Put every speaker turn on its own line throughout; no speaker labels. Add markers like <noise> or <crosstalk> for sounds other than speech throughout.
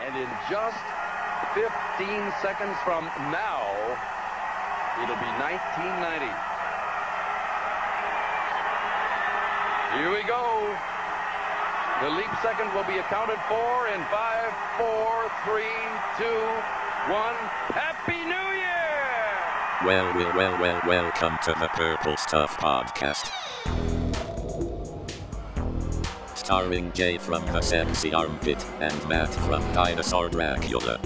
And in just 15 seconds from now, it'll be 1990. Here we go. The leap second will be accounted for in five, four, three, two, one. Happy New Year!
Well, well, well, well, welcome to the Purple Stuff Podcast. Starring Jay from the Sexy Armpit and Matt from Dinosaur Dracula.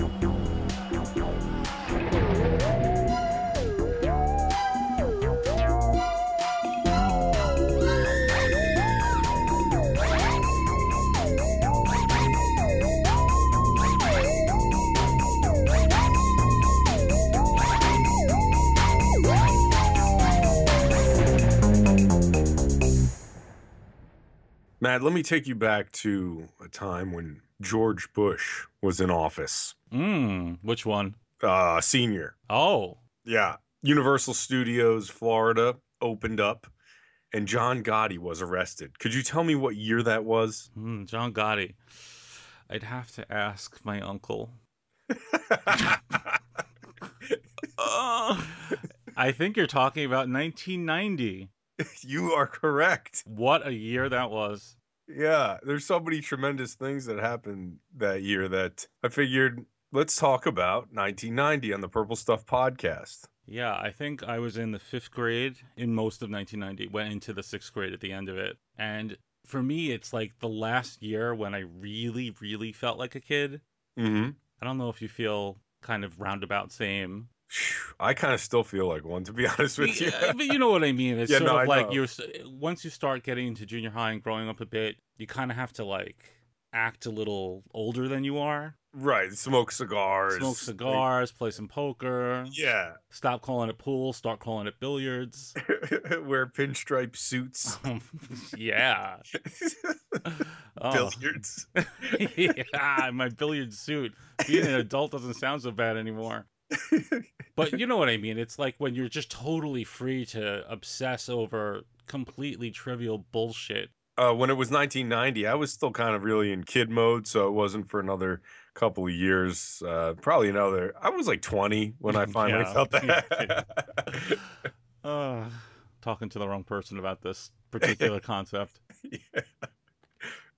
Matt, let me take you back to a time when George Bush was in office,
Mm, which one?
uh, senior.
Oh,
Yeah. Universal Studios Florida opened up and John Gotti was arrested. Could you tell me what year that was?
mm, John Gotti. I'd have to ask my uncle. Uh, I think you're talking about 1990.
<laughs> you are correct.
What a year that was.
Yeah. There's so many tremendous things that happened that year that I figured let's talk about 1990 on the Purple Stuff podcast.
Yeah, I think I was in the fifth grade in most of 1990, went into the sixth grade at the end of it. And for me, it's like the last year when I really, really felt like a kid.
Mm-hmm.
I don't know if you feel kind of roundabout same,
I kind of still feel like one, to be <laughs> honest with you.
Yeah, but you know what I mean. It's
Yeah,
sort
no,
of
I
like
know.
you're s- once you start getting into junior high and growing up a bit, you kind of have to like act a little older than you are.
right. Smoke cigars.
Smoke cigars, play some poker.
Yeah. <laughs>
Stop calling it pool. Start calling it billiards. Um,
Wear pinstripe suits.
<laughs>
<laughs>
yeah. Oh.
Billiards.
<laughs>
<laughs>
yeah, my billiard suit. Being an adult doesn't sound so bad anymore. But you know what I mean? It's like when you're just totally free to obsess over completely trivial bullshit.
uh, when it was 1990, I was still kind of really in kid mode, so it wasn't for another couple of years. Uh, probably another. I was like 20 when
<laughs>
I finally
Yeah.
felt
Yeah. <laughs>
that. <laughs>
uh, talking to the wrong person about this particular concept.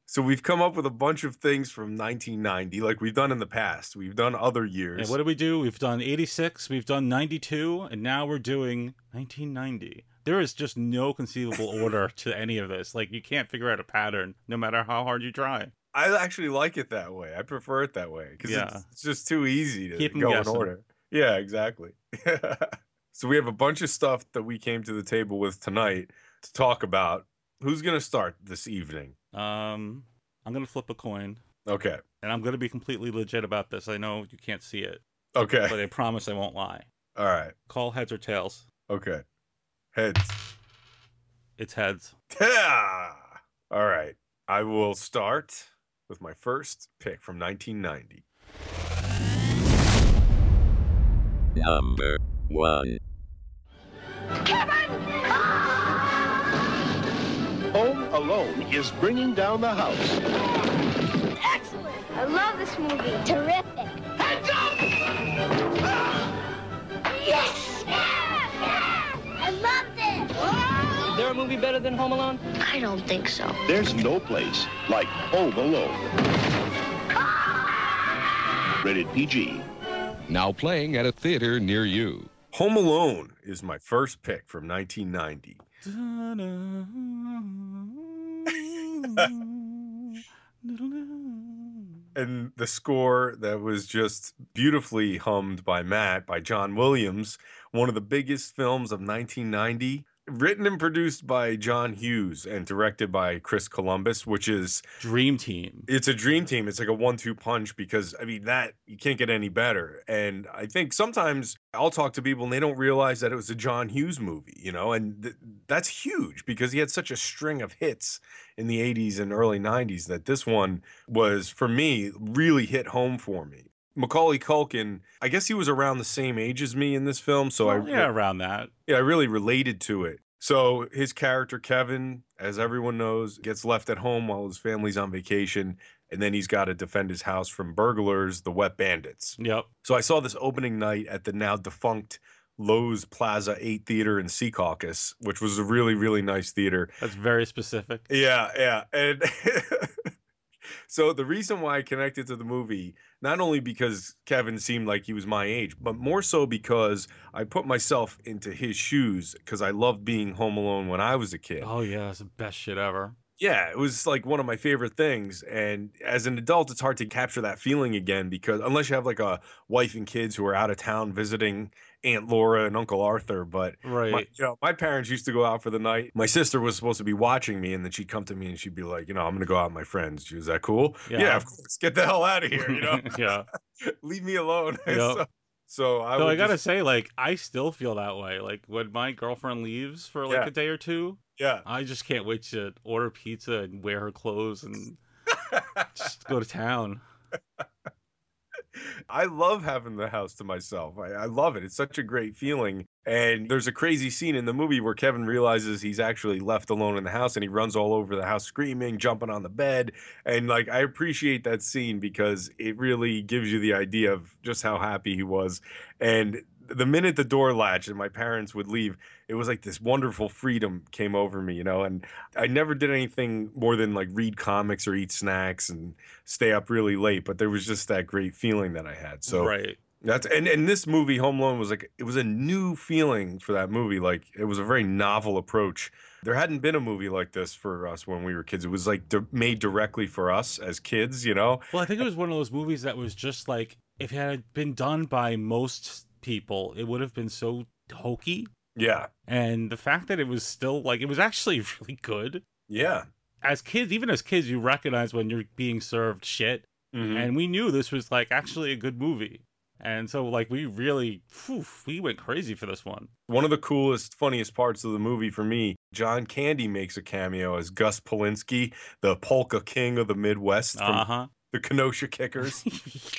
so we've come up with a bunch of things from 1990, like we've done in the past. We've done other years.
And what did we do? We've done 86, we've done 92, and now we're doing 1990. There is just no conceivable order to any of this. Like, you can't figure out a pattern no matter how hard you try.
I actually like it that way. I prefer it that way because
Yeah.
it's, it's just too easy to
Keep 'em
go
guessing.
in order. Yeah, exactly. <laughs> so we have a bunch of stuff that we came to the table with tonight to talk about. Who's going to start this evening?
Um, I'm going to flip a coin,
Okay.
and I'm going to be completely legit about this. I know you can't see it,
Okay.
but I promise I won't lie.
All right.
Call heads or tails.
Okay. Heads.
It's heads.
Yeah. All right. I will start with my first pick from 1990.
Number 1.
Home Alone is bringing down the house.
Excellent! I love this movie. Terrific. Heads up! Yes! I loved it!
Is there a movie better than Home Alone?
I don't think so.
There's no place like Home Alone. Rated PG.
Now playing at a theater near you.
Home Alone is my first pick from 1990. and the score that was just beautifully hummed by Matt by John Williams, one of the biggest films of 1990, written and produced by John Hughes and directed by Chris Columbus, which is
Dream team.
it's a dream team. It's like a one-two punch because I mean that you can't get any better. And I think sometimes I'll talk to people and they don't realize that it was a John Hughes movie, you know, and th- that's huge because he had such a string of hits in the 80s and early 90s that this one was for me really hit home for me. Macaulay Culkin, I guess he was around the same age as me in this film, so I
Well, Oh, yeah, around that.
yeah, I really related to it. So his character Kevin, as everyone knows, gets left at home while his family's on vacation, and then he's got to defend his house from burglars, the wet bandits.
Yep.
So I saw this opening night at the now defunct Lowe's Plaza 8 Theater in Sea Caucus, which was a really, really nice theater.
That's very specific.
Yeah, yeah. And <laughs> so the reason why I connected to the movie, not only because Kevin seemed like he was my age, but more so because I put myself into his shoes because I loved being home alone when I was a kid.
Oh yeah, that's the best shit ever.
Yeah, it was like one of my favorite things. And as an adult, it's hard to capture that feeling again because unless you have like a wife and kids who are out of town visiting Aunt Laura and Uncle Arthur. But
Right.
my, you know, my parents used to go out for the night. My sister was supposed to be watching me, and then she'd come to me and she'd be like, you know, I'm gonna go out with my friends. She was that cool?
Yeah.
Yeah, of course. Get the hell out of here. You
<laughs>
know, <laughs>
yeah.
leave me alone. <laughs>
Yep.
so, so I,
Though
would
I gotta
just-
say, like, I still feel that way. Like when my girlfriend leaves for like
Yeah.
a day or two,
yeah,
I just can't wait to order pizza and wear her clothes and
<laughs>
just go to town.
I love having the house to myself. I, I love it. It's such a great feeling. And there's a crazy scene in the movie where Kevin realizes he's actually left alone in the house and he runs all over the house screaming, jumping on the bed. And like, I appreciate that scene because it really gives you the idea of just how happy he was. And the minute the door latched and my parents would leave, it was like this wonderful freedom came over me, you know. And I never did anything more than like read comics or eat snacks and stay up really late, but there was just that great feeling that I had. So
right.
that's and and this movie Home Alone was like it was a new feeling for that movie. Like it was a very novel approach. There hadn't been a movie like this for us when we were kids. It was like di- made directly for us as kids, you know.
Well, I think it was one of those movies that was just like if it had been done by most people, it would have been so hokey.
Yeah.
And the fact that it was still like it was actually <laughs> really good.
Yeah.
As kids, even as kids, you recognize when you're being served shit.
Mm-hmm.
And we knew this was like actually a good movie. And so like we really phew, we went crazy for this one.
One of the coolest, funniest parts of the movie for me, John Candy makes a cameo as Gus Polinski, the polka king of the Midwest from
Uh-huh.
<laughs>
<laughs>
the Kenosha Kickers.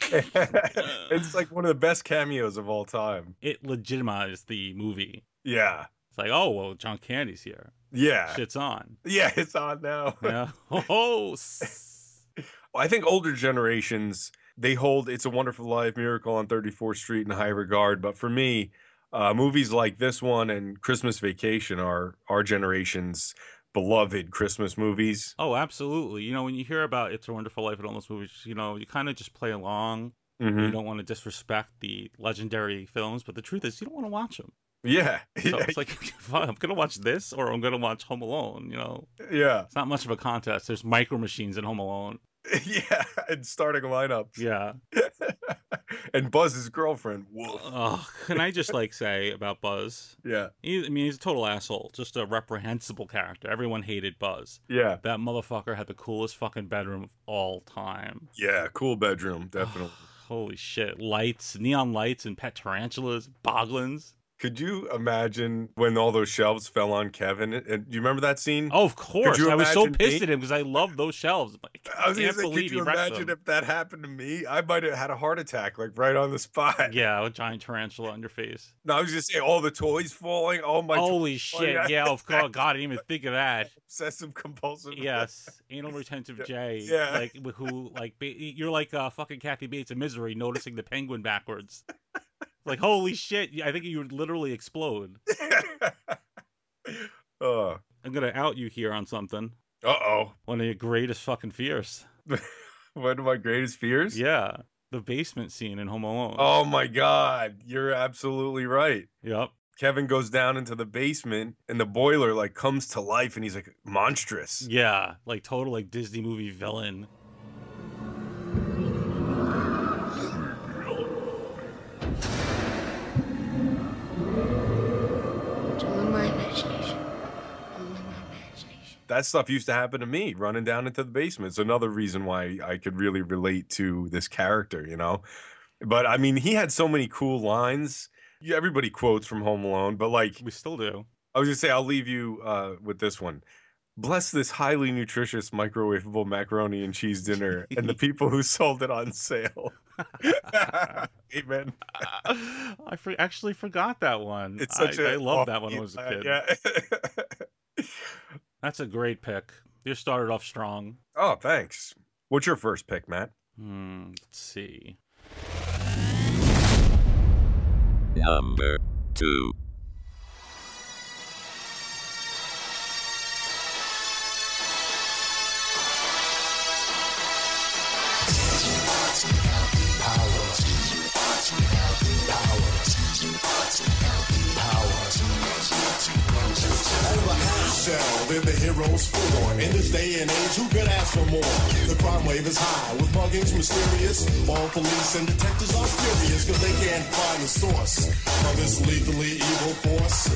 <laughs> it's like one of the best cameos of all time.
It legitimized the movie.
Yeah.
It's like, oh well, John Candy's here.
Yeah.
Shit's on.
Yeah, it's on now.
Yeah. <laughs> Oh, s-
I think older generations they hold "It's a Wonderful Life," "Miracle on 34th Street" in high regard. But for me, uh, movies like this one and Christmas Vacation are our generation's beloved Christmas movies.
oh, absolutely. You know, when you hear about "It's a Wonderful Life" and all those movies, you know, you kind of just play along. You
Mhm.
don't want to disrespect the legendary films, but the truth is, you don't want to watch them.
Yeah, <laughs>
So
yeah,
it's like, <laughs> fine, I'm gonna watch this, or I'm gonna watch Home Alone. You know,
yeah, <laughs>
it's not much of a contest. There's micro machines in Home Alone.
yeah. And starting lineups.
Yeah.
<laughs> and Buzz's girlfriend. Woof.
Ugh, can I just like say about Buzz?
Yeah,
He, I mean, he's a total asshole. Just a reprehensible character. Everyone hated Buzz.
yeah,
That motherfucker had the coolest fucking bedroom of all time.
yeah. Cool bedroom,
uh.
definitely.
<sighs> Holy shit. Lights, neon lights, and pet tarantulas, boglins.
Could you imagine when all those shelves fell on Kevin? And do you remember that scene? <laughs>
Oh, of course.
you
I was so
imagine me?
pissed at him because I love those shelves. I'm like, I,
I was gonna
can't
say, could
believe
you
he wrecked
imagine
them.
if that happened to me? I might have had a heart attack, like right on the spot.
Yeah, a giant tarantula on
<laughs>
your face.
No, I was just saying, all the toys falling. Oh my God,
Holy shit.
yeah.
Yeah,
<laughs>
of course. God, I didn't even think of that.
obsessive compulsive. <laughs>
Yes. Anal retentive J.
Yeah.
Like, who, like, ba- you're like uh, fucking Kathy Bates in misery noticing the
<laughs>
penguin backwards. Like, holy shit. I think you would literally explode.
uh
I'm going to out you here on something.
oh.
One of your greatest fucking fears.
One of my greatest fears.
Yeah. The basement scene in Home Alone.
Oh my God, you're absolutely right.
Yep.
Kevin goes down into the basement, and the boiler like comes to life, and he's like monstrous.
Yeah. Like total like Disney movie villain.
It's only my imagination. Only my imagination.
that stuff used to happen to me running down into the basement. It's another reason why I could really relate to this character, you know? But I mean, he had so many cool lines. You, everybody quotes from Home Alone, but like,
We
<laughs>
still do.
I was gonna say, I'll leave you uh, with this one. Bless this highly nutritious microwavable macaroni and cheese dinner and
<laughs>
the people who sold it on sale. <laughs> Amen.
I for- actually forgot that one.
It's
I-
such
I
a
loved that one
offbeat
when I was a
line,
kid.
Yeah. <laughs>
That's a great pick. You started off strong.
oh, thanks. What's your first pick, Matt?
Hmm, let's see.
Number 2.
shell than the heroes for. In this day and age, who could ask for more? The crime wave is high, with muggings mysterious. All police and detectives are furious, cause they can't find the source of this lethally evil force.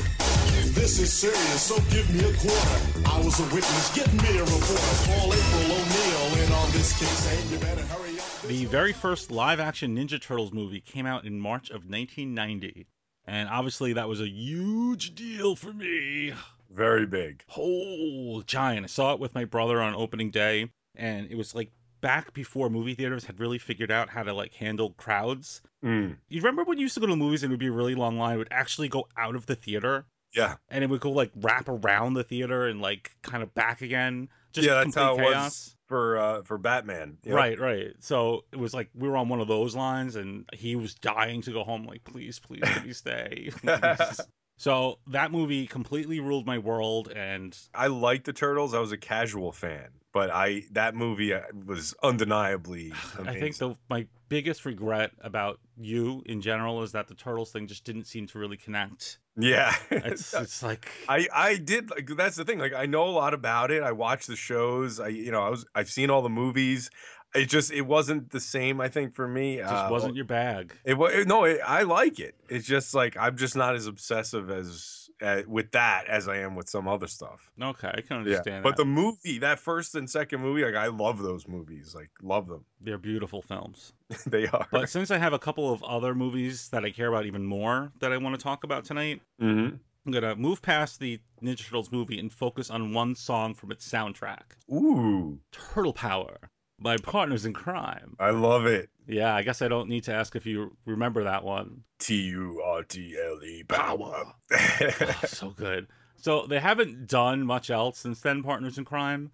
This is serious, so give me a quarter. I was a witness, get me a reporter. Call April O'Neil in on this case, and you better hurry up.
The very first live action Ninja Turtles movie came out in March of 1990. And obviously, that was a huge deal for me.
Very big.
Oh, giant. I saw it with my brother on opening day, and it was like back before movie theaters had really figured out how to like handle crowds.
Mm,
You remember when you used to go to the movies and it would be a really long line, it would actually go out of the theater
Yeah.
and it would go like wrap around the theater and like kind of back again. Just
yeah, that's
complete
how it
chaos.
was for uh for Batman. Yep.
Right, right. So it was like we were on one of those lines, and he was dying to go home. Like, please, please, please
<laughs>
stay. please." so that movie completely ruled my world, and
I liked the Turtles. I was a casual fan, but I that movie uh, was undeniably
<sighs> I think
amazing.
the my biggest regret about you in general is that the turtles thing just didn't seem to really connect.
Yeah. <laughs>
It's it's like
I I did like that's the thing. Like I know a lot about it. I watched the shows. I you know, I was I've seen all the movies. It just it wasn't the same I think for me. uh,
it just wasn't your bag.
It was no, it, I like it. It's just like I'm just not as obsessive as uh, with that as I am with some other stuff.
Okay, I can understand.
but the
that.
movie, that first and second movie, like I love those movies. Like love them. <laughs>
they're beautiful films.
they are.
But since I have a couple of other movies that I care about even more that I want to talk about tonight,
Mhm.
I'm gonna move past the Ninja Turtles movie and focus on one song from its soundtrack,
Ooh,
"Turtle Power" by Partners in Crime.
I love it.
Yeah, I guess I don't need to ask if you remember that one.
T U R T L E power. <laughs>
Oh, <laughs> so good. So they haven't done much else since then. Partners in Crime.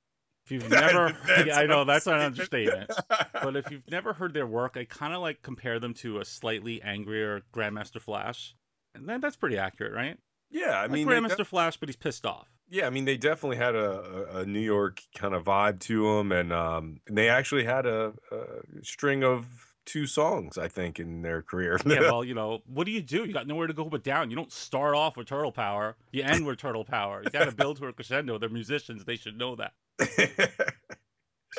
<laughs>
If you've never,
That's
<laughs> Yeah, I know
an
that's an
understatement.
understatement. But if you've never heard their work, I kind of like compare them to a slightly angrier Grandmaster Flash, and that, that's pretty accurate, right?
<laughs> yeah, I
Like
mean, they
Grandmaster
def-
Flash, but he's
<laughs>
pissed off.
yeah, I mean, they definitely had a, a, a New York kind of vibe to them, and um, and they actually had a, a string of two songs, I think, in their career.
yeah, well, you know, what do you do? You got nowhere to go but down. You don't start off with turtle power. You end with turtle power. You
<laughs>
got to build to a crescendo. They're musicians. They should know that.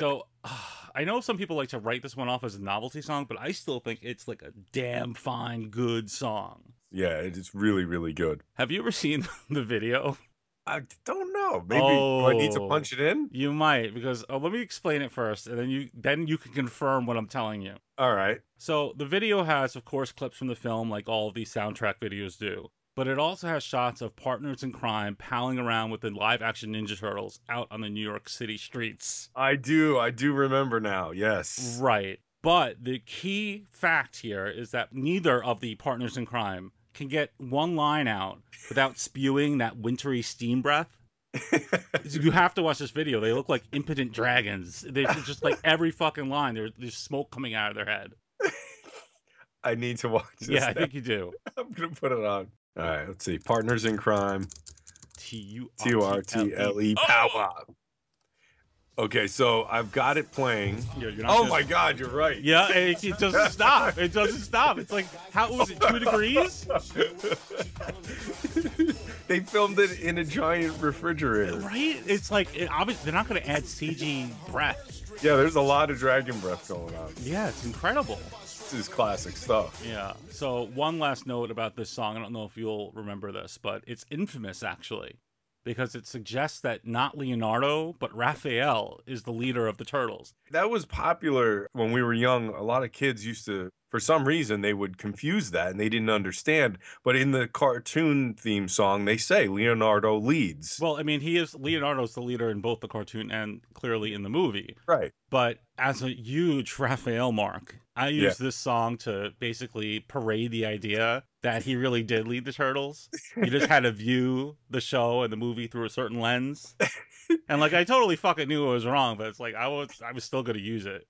So <sighs> I know some people like to write this one off as a novelty song, but I still think it's like a damn fine, good song.
<laughs> yeah, it's really, really good.
Have you ever seen <laughs> the video?
I don't know. Maybe do I need to
Oh.
punch it in.
You might because oh, let me explain it first, and then you then you can confirm what I'm telling you.
All right.
So the video has, of course, clips from the film, like all of these soundtrack videos do. But it also has shots of partners in crime palling around with the live-action Ninja Turtles out on the New York City streets.
I do. I do remember now. Yes.
Right. But the key fact here is that neither of the partners in crime can get one line out without spewing that wintry
<laughs>
steam breath. you have to watch this video. They look like impotent dragons. They are just like every fucking line. There- There's smoke coming out of their head.
I need to watch this.
yeah, I
now.
think you do.
<laughs> I'm gonna put it on. All right. Let's see. Partners in crime.
T U
T R T L E power. Okay, so I've got it playing.
Yeah, you're not
Oh
gonna-
my God, you're right.
E. Yeah, it, it doesn't stop. It doesn't stop. It's like how was it two degrees?
they filmed it in a giant
<laughs>
refrigerator.
Right? It's like it, obviously they're not going to add CG breath.
Yeah, there's a lot of dragon breath going on.
Yeah, it's incredible.
This is classic stuff.
Yeah. So one last note about this song. I don't know if you'll remember this, but it's infamous actually, because it suggests that not Leonardo but Raphael is the leader of the Turtles.
That was popular when we were young. A lot of kids used to, for some reason, they would confuse that and they didn't understand. But in the cartoon theme song, they say Leonardo leads.
Well, I mean, he is Leonardo's the leader in both the cartoon and clearly in the movie.
right.
But as a huge <laughs> Raphael mark, I use
Yeah.
this song to basically parade the idea that he really did lead the Turtles. He just had to view the show and the movie through a certain lens. and like I totally fucking knew it was wrong, but it's like I was I was still gonna use it.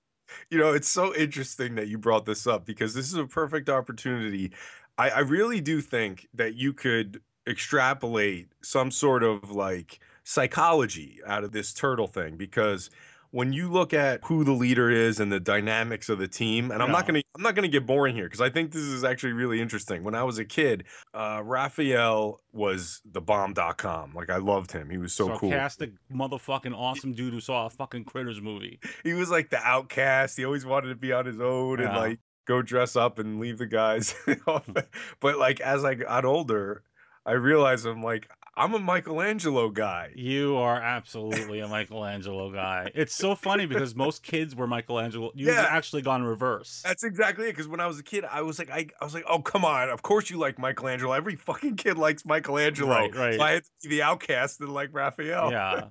You know, it's so interesting that you brought this up because this is a perfect opportunity. I, I really do think that you could extrapolate some sort of like psychology out of this turtle thing because when you look at who the leader is and the dynamics of the team and i'm not
Yeah.
going to i'm not going to get boring here because i think this is actually really interesting when i was a kid uh raphael was the bomb.com like i loved him he was so cool
Sarcastic motherfucking awesome dude who saw a fucking critters movie.
he was like the outcast. He always wanted to be on his own and
Yeah. Mm.
like go dress up and leave the guys. <laughs> off. but like as I got older, I realized I'm like I'm a Michelangelo guy.
You are absolutely a Michelangelo guy. It's so funny because most kids were Michelangelo. You've
Yeah.
actually gone reverse.
That's exactly it. Because when I was a kid, I was like, I, I was like, oh come on, of course you like Michelangelo. Every fucking kid likes Michelangelo.
Right, right.
So I had to be the outcast and like Raphael.
Yeah.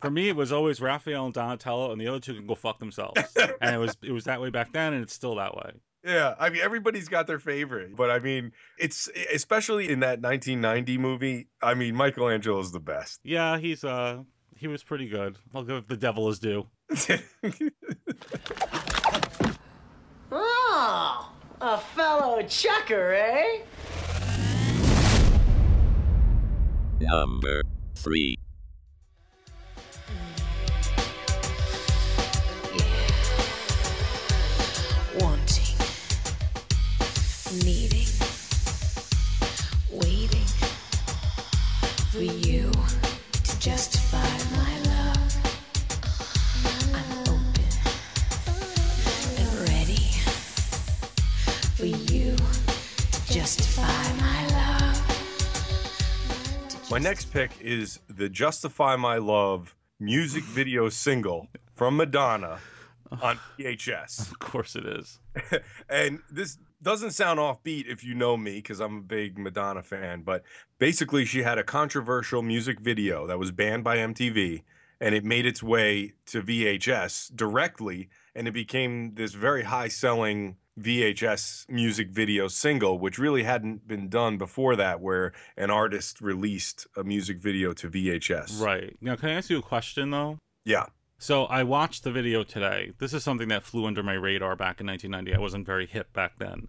For me, it was always Raphael and Donatello, and the other two can go
<laughs>
fuck themselves. And it was it was that way back then, and it's still that way.
Yeah, I mean everybody's got their favorite, but I mean it's especially in that 1990 movie. I mean Michelangelo's the best. <laughs>
Yeah, he's uh he was pretty good. I'll give the devil his due.
Oh, a fellow checker, eh?
Number 3.
wanting, needing, waiting for you to justify my love. I'm open and ready for you to justify my love.
My next pick is the Justify My Love music video single from Madonna on VHS.
Of course it is.
And this doesn't sound offbeat if you know me because I'm a big Madonna fan, but basically, she had a controversial music video that was banned by MTV and it made its way to VHS directly. And it became this very high selling VHS music video single, which really hadn't been done before that, where an artist released a music video to VHS.
Right. Now can I ask you a question though?
Yeah.
So I watched the video today. This is something that flew under my radar back in 1990. I wasn't very hip back
<laughs>
then.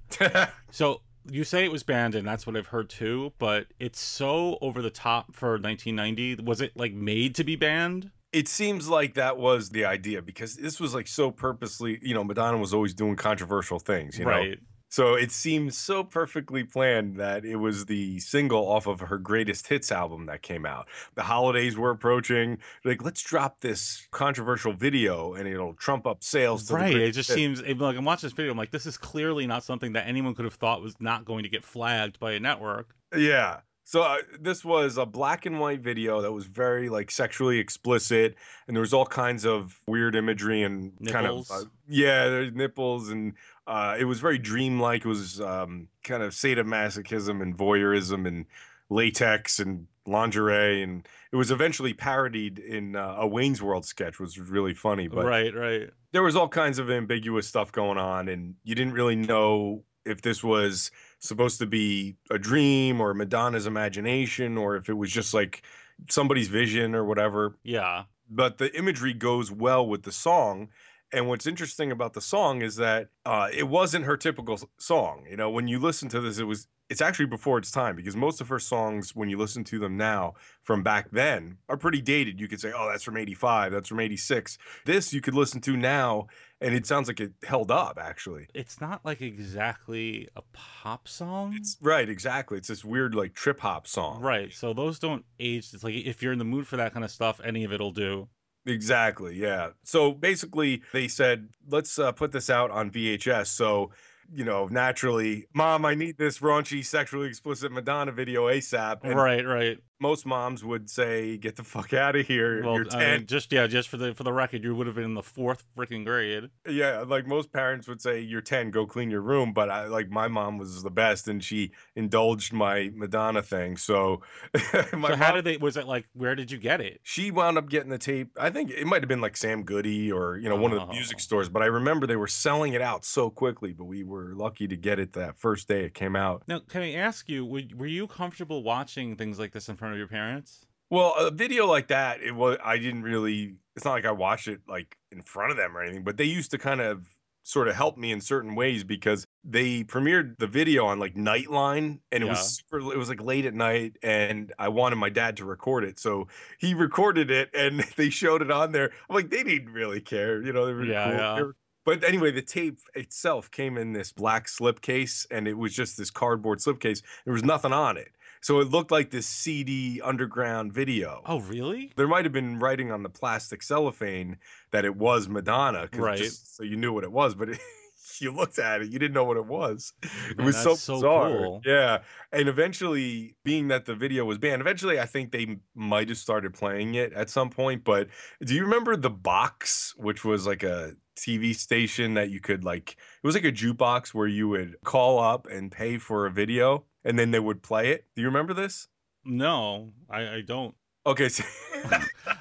So you say it was banned, and that's what I've heard too. But it's so over the top for 1990. Was it like made to be banned?
it seems like that was the idea because this was like so purposely, you know, Madonna was always doing controversial things, you know.
right.
So it seems so perfectly planned that it was the single off of her greatest hits album that came out. The holidays were approaching. Like, let's drop this controversial video and it'll trump up sales. To the
Right. It
greatest
just
hits.
seems it- like I'm watching this video. I'm like, this is clearly not something that anyone could have thought was not going to get flagged by a network.
Yeah. So uh, this was a black and white video that was very like sexually explicit, and there was all kinds of weird imagery and kind of uh,
Nipples.
yeah, there's nipples, and uh, it was very dreamlike. It was um, kind of sadomasochism and voyeurism and latex and lingerie, and it was eventually parodied in uh, a Wayne's World sketch, which was really funny. But
right. Right.
there was all kinds of ambiguous stuff going on and you didn't really know if this was supposed to be a dream or Madonna's imagination or if it was just like somebody's vision or whatever
Yeah.
but the imagery goes well with the song. And what's interesting about the song is that uh, it wasn't her typical s- song. You know, when you listen to this, it was it's actually before its time because most of her songs, when you listen to them now from back then, are pretty dated. You could say, "Oh, that's from '85, that's from '86." This you could listen to now, and it sounds like it held up. Actually,
It's not like exactly a pop song.
it's right, exactly. It's this weird like trip hop song.
Right. So those don't age. It's like if you're in the mood for that kind of stuff, any of it'll do.
Exactly. Yeah. So basically, they said, let's uh, put this out on VHS. So, you know, naturally, mom, I need this raunchy, sexually explicit Madonna video ASAP. And
right, right.
most moms would say, get the fuck out of here.
Well,
You're
I
10.
mean, just yeah, just for the for the record, you would have been in the fourth freaking grade.
yeah. Like most parents would say, you're 10, go clean your room. But I like my mom was the best and she indulged my Madonna thing. So, <laughs> my
so how
mom-
did they? Was it like where did you get it?
she wound up getting the tape. I think it might have been like Sam Goody or you know one of the music
Oh.
stores, but I remember they were selling it out so quickly. But we were lucky to get it that first day it came out.
Now, can I ask you, were, were you comfortable watching things like this in front of your parents?
Well, a video like that, it was I didn't really it's not like I watched it like in front of them or anything, but they used to kind of sort of help me in certain ways because they premiered the video on like Nightline and it
Yeah.
was super it was like late at night and I wanted my dad to record it. So he recorded it and <laughs> they showed it on there. I'm like, they didn't really care. You know, they were
Yeah,
cool.
yeah.
They were- but anyway, the tape itself came in this black slipcase and it was just this cardboard slipcase. There was nothing on it. So it looked like this CD underground video
Oh, really?
there might have been writing on the plastic cellophane that it was Madonna, 'cause
Right.
Just so you knew what it was, but <laughs> you looked at it, you didn't know what it was. It
Man,
was so
that's so
bizarre.
cool.
Yeah, and eventually, being that the video was banned, eventually I think they m- might have started playing it at some point. But do you remember the box, which was like a TV station that you could like? It was like a jukebox where you would call up and pay for a video, and then they would play it. Do you remember this?
No, I, I don't.
Okay, so. <laughs>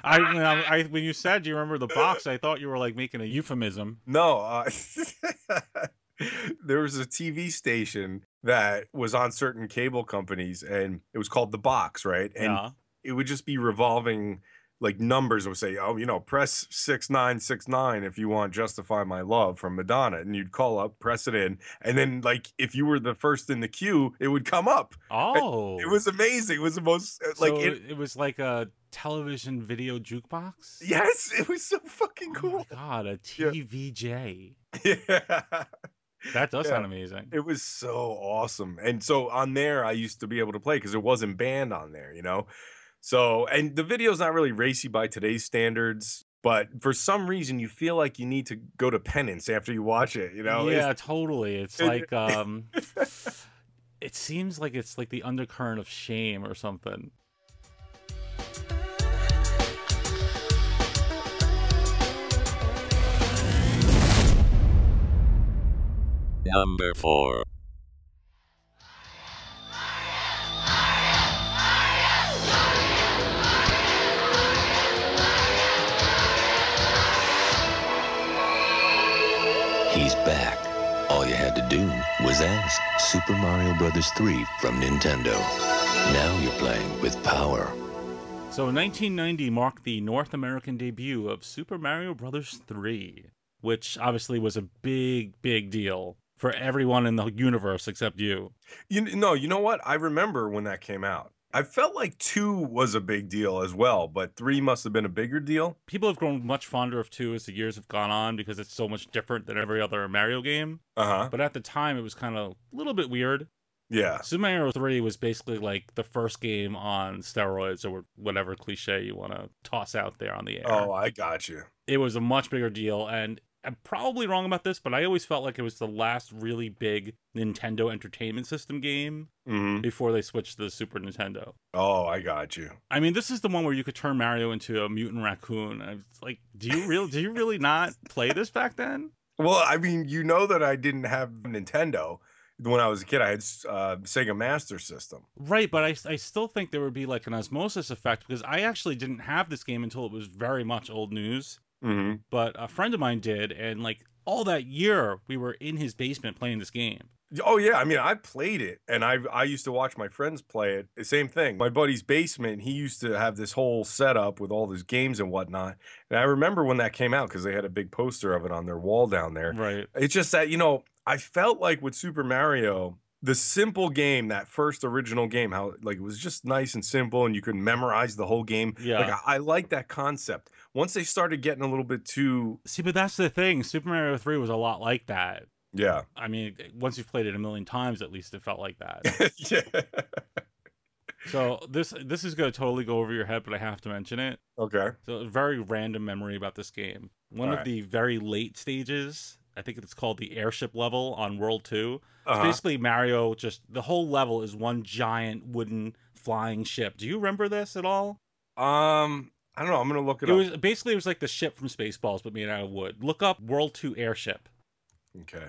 I, when I, I when you said you remember the box, I thought you were like making a euphemism.
No, uh, <laughs> there was a TV station that was on certain cable companies, and it was called The Box, right? And
yeah.
it would just be revolving like numbers It would say, oh, you know, press 6969 if you want Justify My Love from Madonna. And you'd call up, press it in. And then, like, if you were the first in the queue, it would come up.
Oh,
It was amazing. It was the most, uh, like,
so
it,
it, was like a television video jukebox.
yes, it was so fucking
Oh my <laughs>
cool. <laughs>
god, a
Yeah.
TVJ.
yeah.
That does
Yeah.
sound amazing.
It was so awesome. And so on there, I used to be able to play because it wasn't banned on there, you know? So, and the video's not really racy by today's standards, but for some reason, you feel like you need to go to penance after you watch it, you know? It's-
yeah, totally. It's
it- <laughs>
like um, it seems like it's like the undercurrent of shame or something.
Number 4.
He's back. All you had to do was ask. Super Mario Brothers 3 from Nintendo. Now you're playing with power.
So 1990 marked the North American debut of Super Mario Bros. 3, which obviously was a big, big deal for everyone in the universe except you.
You kn- no, you know what? I remember when that came out. I felt like two was a big deal as well, but three must have been a bigger deal.
People have grown much fonder of 2 as the years have gone on because it's so much different than every other Mario game.
Uh huh.
But at the time, it was kind of a little bit weird.
Yeah.
Super Mario 3 was basically like the first game on steroids or whatever cliche you want to toss out there on the air.
Oh, I got you.
it was a much bigger deal and I'm probably wrong about this, but I always felt like it was the last really big Nintendo Entertainment System game
hmm
before they switched to the Super Nintendo.
Oh, I got you.
I mean, this is the one where you could turn Mario into a mutant raccoon. I was like, do you real do you really not play this back then?
Well, I mean, you know that I didn't have Nintendo when I was a kid. I had uh, Sega Master System.
Right, but I, I still think there would be like an osmosis effect because I actually didn't have this game until it was very much old news.
Mm-hmm.
But a friend of mine did, and like all that year we were in his basement playing this game.
Oh yeah, I mean, I played it, and I I used to watch my friends play it. The Same thing. My buddy's basement. He used to have this whole setup with all these games and whatnot. And I remember when that came out because they had a big poster of it on their wall down there.
Right.
It's just that, you know, I felt like with Super Mario, the simple game, that first original game, how like it was just nice and simple and you could memorize the whole game. Like
Yeah.
I, I like that concept. Once they started getting a little bit too
See, but that's the thing. Super Mario 3 was a lot like that.
Yeah.
I mean, once you've played it a million times, at least it felt like
<laughs>
that.
yeah.
so this this is gonna totally go over your head, but I have to mention it.
Okay.
So a very random memory about this game. One of
Alright.
the very late stages, I think it's called the airship level on World 2. It's
Uh-huh.
basically Mario just the whole level is one giant wooden flying ship. Do you remember this at all?
Um, I don't know. I'm gonna look it,
It
up.
was basically it was like the ship from Spaceballs, but made out of wood. Look up World 2 airship.
Okay.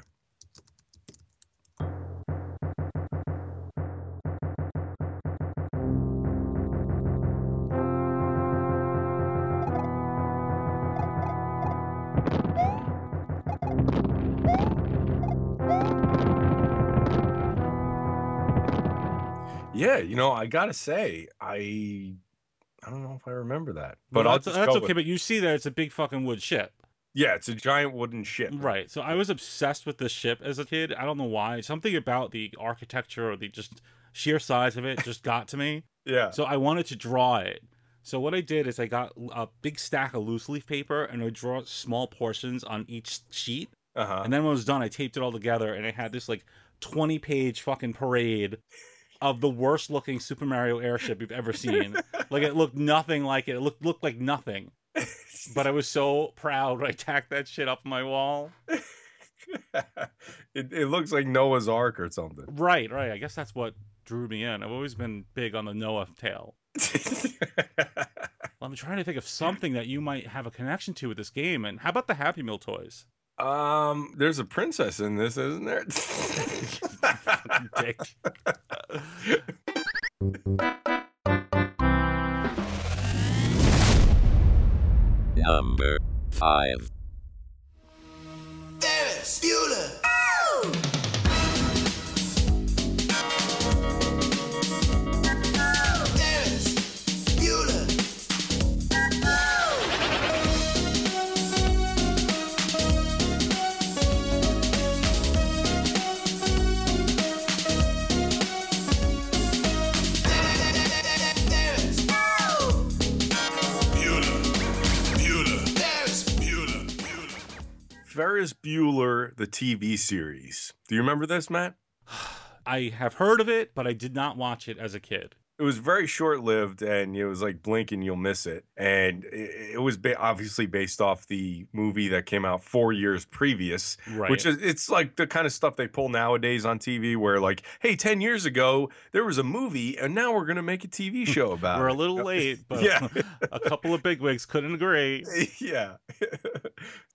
Yeah, you know, I gotta say, I I don't know if I remember that,
But
but I'll
that's,
just
that's
go
okay.
with-
But you see that it's a big fucking wood ship.
yeah, it's a giant wooden ship.
Right. So I was obsessed with this ship as a kid. I don't know why. Something about the architecture or the just sheer size of it just got to me.
Yeah.
So I wanted to draw it. So what I did is I got a big stack of loose leaf paper and I draw small portions on each sheet.
Uh-huh.
And then when it was done, I taped it all together and I had this like 20 page fucking parade of the worst looking Super Mario airship you've ever seen. like it looked nothing like it. It looked looked like nothing. But I was so proud when I tacked that shit up on my wall.
<laughs> It, it looks like Noah's Ark or
<laughs>
something.
Right, right. I guess that's what drew me in. I've always been big on the Noah tale. Well, I'm trying to think of something that you might have a connection to with this game. And how about the Happy Meal toys?
Um, there's a princess in this, isn't there? <laughs>
Dick.
Number 5.
Ferris Bueller. Ferris Bueller. Ferris Bueller. Ferris Bueller.
Ferris Bueller, the TV series. Do you remember this, Matt?
I have heard of it, but I did not watch it as a kid.
It was very short lived, and it was like blink and you'll miss it. And it, it was ba- obviously based off the movie that came out four years previous,
Right.
which is it's like the kind of stuff they pull nowadays on TV, where like, hey, ten years ago there was a movie, and now we're gonna make a
<laughs>
TV show about.
We're a
it.
little
<laughs>
late, but
Uh, Yeah.
<laughs> a couple of bigwigs couldn't agree.
<laughs> yeah.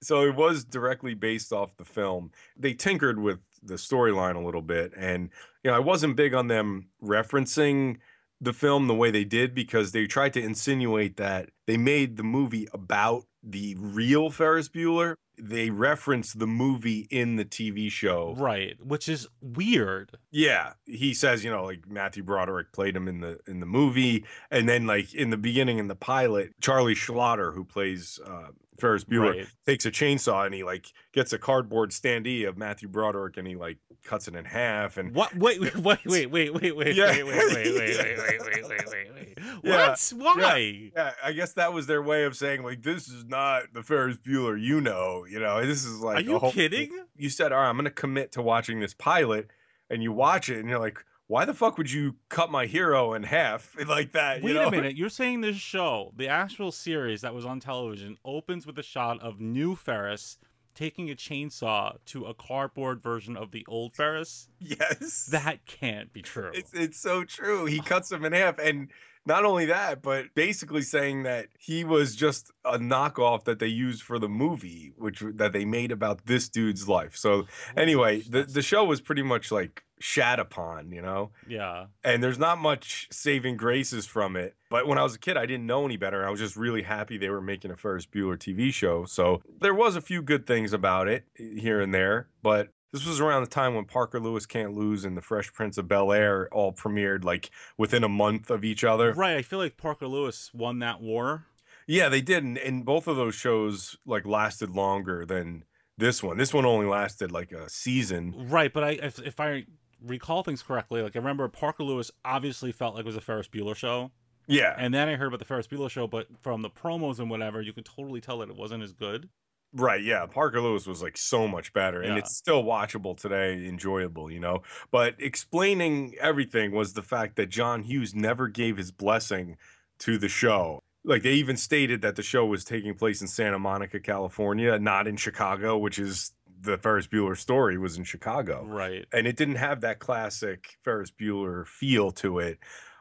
so it was directly based off the film. They tinkered with the storyline a little bit. And, you know, I wasn't big on them referencing the film the way they did because they tried to insinuate that they made the movie about the real Ferris Bueller. They referenced the movie in the TV show.
Right, which is weird.
Yeah, he says, you know, like Matthew Broderick played him in the in the movie, and then like in the beginning in the pilot, Charlie Schlatter, who plays uh, Ferris Bueller,
Right.
takes a chainsaw and he like gets a cardboard standee of Matthew Broderick and he like cuts it in half. And
What?
<laughs>
Wait, wait, wait, wait, wait, wait, wait,
Yeah.
wait, wait, wait, wait, wait, wait, wait, wait, wait, wait.
<laughs> Yeah.
What? Why?
yeah, I guess that was their way of saying like this is not the Ferris Bueller you know. You know, this is like
Are
a
you
whole-
kidding?
You said, all right, I'm gonna commit to watching this pilot, and you watch it and you're like. Why the fuck would you cut my hero in half <laughs> like that? you
Wait
know?
a minute. You're saying this show, the actual series that was on television, opens with a shot of new Ferris taking a chainsaw to a cardboard version of the old Ferris?
Yes.
That can't be true.
It's it's so true. He cuts him in half, and not only that, but basically saying that he was just a knockoff that they used for the movie, which w- that they made about this dude's life. So anyway, the the show was pretty much like shat upon, you know.
yeah.
And there's not much saving graces from it. But when I was a kid, I didn't know any better. I was just really happy they were making a Ferris Bueller TV show. So there was a few good things about it eh, here and there. But this was around the time when Parker Lewis Can't Lose and The Fresh Prince of Bel Air all premiered like within a month of each other.
Right. I feel like Parker Lewis won that war.
Yeah, they did. And, and both of those shows like lasted longer than this one. This one only lasted like a season.
Right. But I, if, if I recall things correctly, like I remember Parker Lewis obviously felt like it was a Ferris Bueller show.
Yeah.
And then I heard about the Ferris Bueller show, but from the promos and whatever, you could totally tell that it wasn't as good.
Right, yeah. Parker Lewis was like so much better and
Yeah.
it's still watchable today, enjoyable, you know. But explaining everything was the fact that John Hughes never gave his blessing to the show. Like they even stated that the show was taking place in Santa Monica, California, not in Chicago, which is the Ferris Bueller story was in Chicago. <laughs>
Right.
And it didn't have that classic Ferris Bueller feel to it,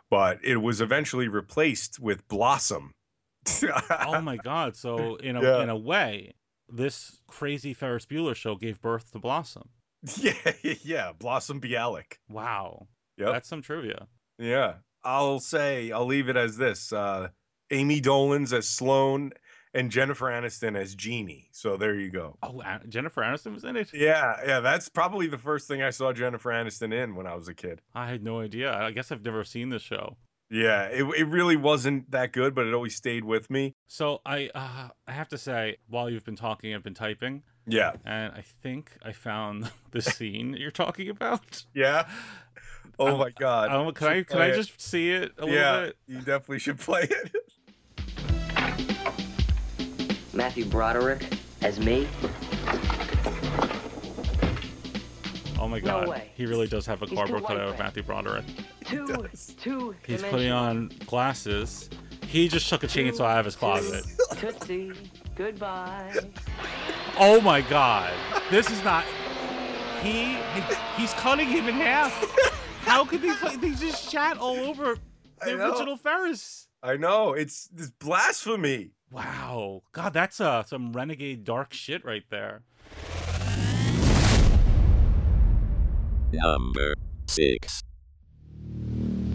but it was eventually replaced with Blossom.
oh my god so in a
Yeah.
in a way this crazy ferris bueller show gave birth to blossom
<laughs> yeah, yeah, Blossom Bialik.
wow
Yep.
that's some trivia
Yeah. I'll say, I'll leave it as this. Uh, Amy Dolan's as Sloane and Jennifer Aniston as Jeannie. So there you go.
oh An- jennifer aniston was in it
Yeah, yeah, that's probably the first thing I saw Jennifer Aniston in when I was a kid.
i had no idea i guess i've never seen this show
Yeah, it, it really wasn't that good, but it always stayed with me.
So I uh, I have to say, while you've been talking, I've been typing.
Yeah.
And I think I found <laughs> the scene that you're talking about.
Yeah. Oh
I'm-
my god.
I'm- can I-
Should
can I
play
just see it a little
yeah,
bit?
You definitely should play it. <laughs>
Matthew Broderick as me?
Oh my
No
god,
way.
he really does have a
He's
cardboard
too
cutout
white
of
bread.
Matthew Broderick.
Two, two.
He's putting on glasses. He just took a chainsaw out of his closet.
Tootsie, goodbye.
Oh my god, this is not. He he's cutting him in half. How could they play? They just chat all over
I
the
know.
original Ferris.
I know. It's this blasphemy.
Wow, God, that's uh, some renegade dark shit right there.
Number 6.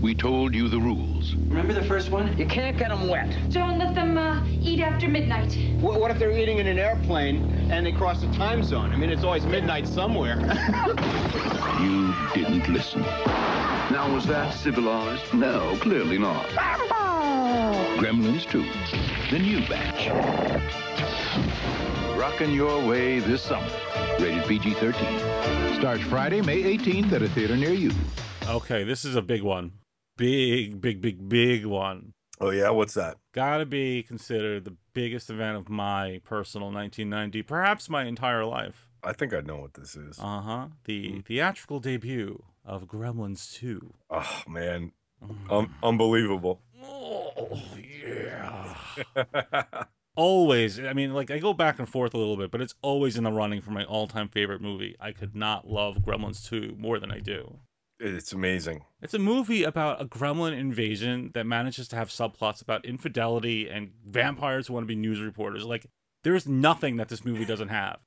We told you the rules.
Remember the first one? You can't get them wet.
Don't let them uh, eat after midnight.
What, what if they're eating in an airplane and they cross the time zone? I mean, it's always midnight somewhere.
You didn't listen. Now, was that civilized? No, clearly not. Gremlins 2, the new batch. Rockin' your way this summer. Rated PG 13. Starts Friday, May 18th at a theater near you.
Okay, this is a big one. Big, big, big, big one.
Oh yeah, what's that?
Gotta be considered the biggest event of my personal 1990, perhaps my entire life.
I think I know what this is.
Uh huh. The theatrical debut of Gremlins 2.
Oh man.
mm.
Um, unbelievable.
Oh yeah. <laughs> always, I mean, like I go back and forth a little bit, but it's always in the running for my all-time favorite movie. I could not love Gremlins 2 more than I do.
It's amazing.
It's a movie about a gremlin invasion that manages to have subplots about infidelity and vampires who want to be news reporters. Like, there's nothing that this movie doesn't have.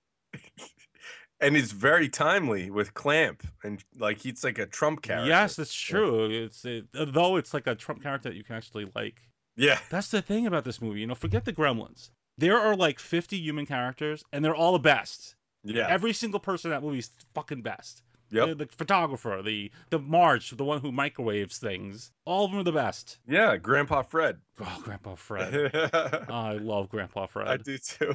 And it's very timely with Clamp and like he's like a Trump character.
Yes, that's true. It's it, though it's like a Trump character that you can actually like.
Yeah.
That's the thing about this movie. You know, forget the gremlins. There are like 50 human characters, and they're all the best.
Yeah.
Every single person in that movie is fucking best.
Yep.
The, the photographer, the the March, the one who microwaves things. All of them are the best.
Yeah, Grandpa Fred.
<laughs> Oh, Grandpa
<laughs>
Fred. I love Grandpa Fred.
I do too.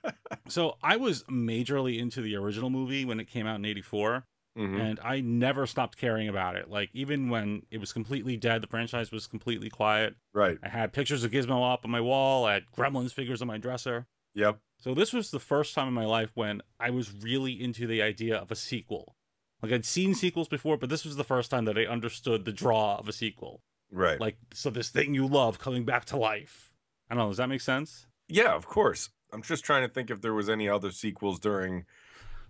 <laughs>
So I was majorly into the original movie when it came out in 84.
Mhm.
And I never stopped caring about it. Like, even when it was completely dead, the franchise was completely quiet.
Right.
I had pictures of Gizmo up on my wall. I had Gremlins figures on my dresser.
Yep.
So, this was the first time in my life when I was really into the idea of a sequel. Like, I'd seen sequels before, but this was the first time that I understood the draw of a sequel.
Right.
Like, so this thing you love coming back to life. I don't know. Does that make sense?
Yeah, of course. I'm just trying to think if there was any other sequels during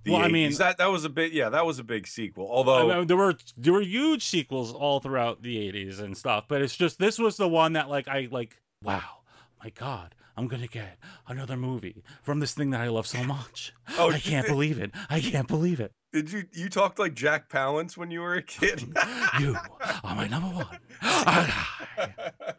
the
Well, I
80s.
mean-
that that was a bit yeah, that was a big sequel.
I
Although
mean, there were there were huge sequels all throughout the 80s and stuff but it's just this was the one that like i like wow my god i'm gonna get another movie from this thing that i love so much
Oh,
i can't believe it i can't believe it
did you you talked like Jack Palance when you were a kid?
<laughs> you are my number one Ah.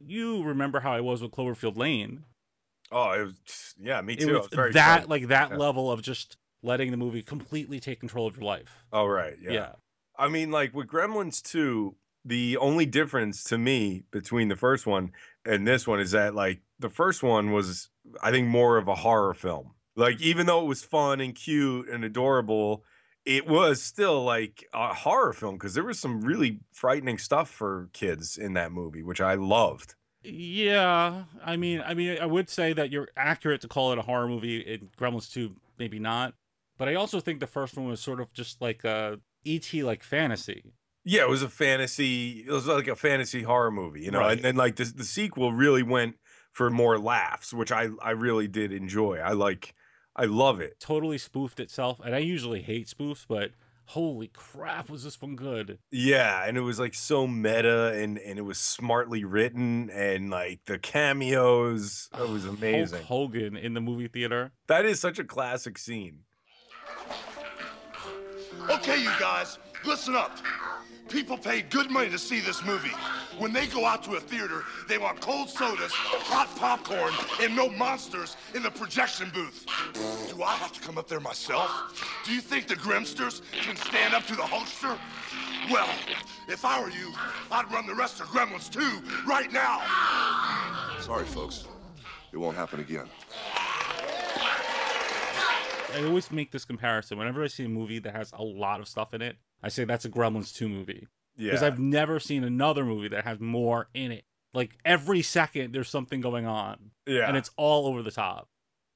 you remember how i was with cloverfield lane
<laughs> oh, it was yeah, me too.
it
I
was
was very
that
excited.
like that
Yeah.
level of just letting the movie completely take control of your life
Oh right, yeah.
yeah.
I mean, like with Gremlins 2, the only difference to me between the first one and this one is that like the first one was I think more of a horror film. Like even though it was fun and cute and adorable, it was still like a horror film because there was some really frightening stuff for kids in that movie, which I loved.
Yeah, I mean, I mean, I would say that you're accurate to call it a horror movie. In Gremlins Two, maybe not, but I also think the first one was sort of just like a ET like fantasy.
Yeah, it was a fantasy. It was like a fantasy horror movie, you know.
Right.
And then like the the sequel really went for more laughs, which I I really did enjoy. I like I love it.
Totally spoofed itself, and I usually hate spoofs, but holy crap, was this one good?
Yeah, and it was like so meta and and it was smartly written and like the cameos. It was amazing.
<sighs> Hulk Hogan in the movie theater.
That is such a classic scene.
Okay, you guys, listen up. People paid good money to see this movie. When they go out to a theater, they want cold sodas, hot popcorn, and no monsters in the projection booth. Do I have to come up there myself? Do you think the Grimsters can stand up to the Hulkster? Well, if I were you, I'd run the rest of Gremlins 2 right now.
Sorry, folks. It won't happen again.
I always make this comparison whenever I see a movie that has a lot of stuff in it. I say that's a Gremlins 2 movie. Because
Yeah.
I've never seen another movie that has more in it. Like every second, there's something going on.
Yeah.
And it's all over the top.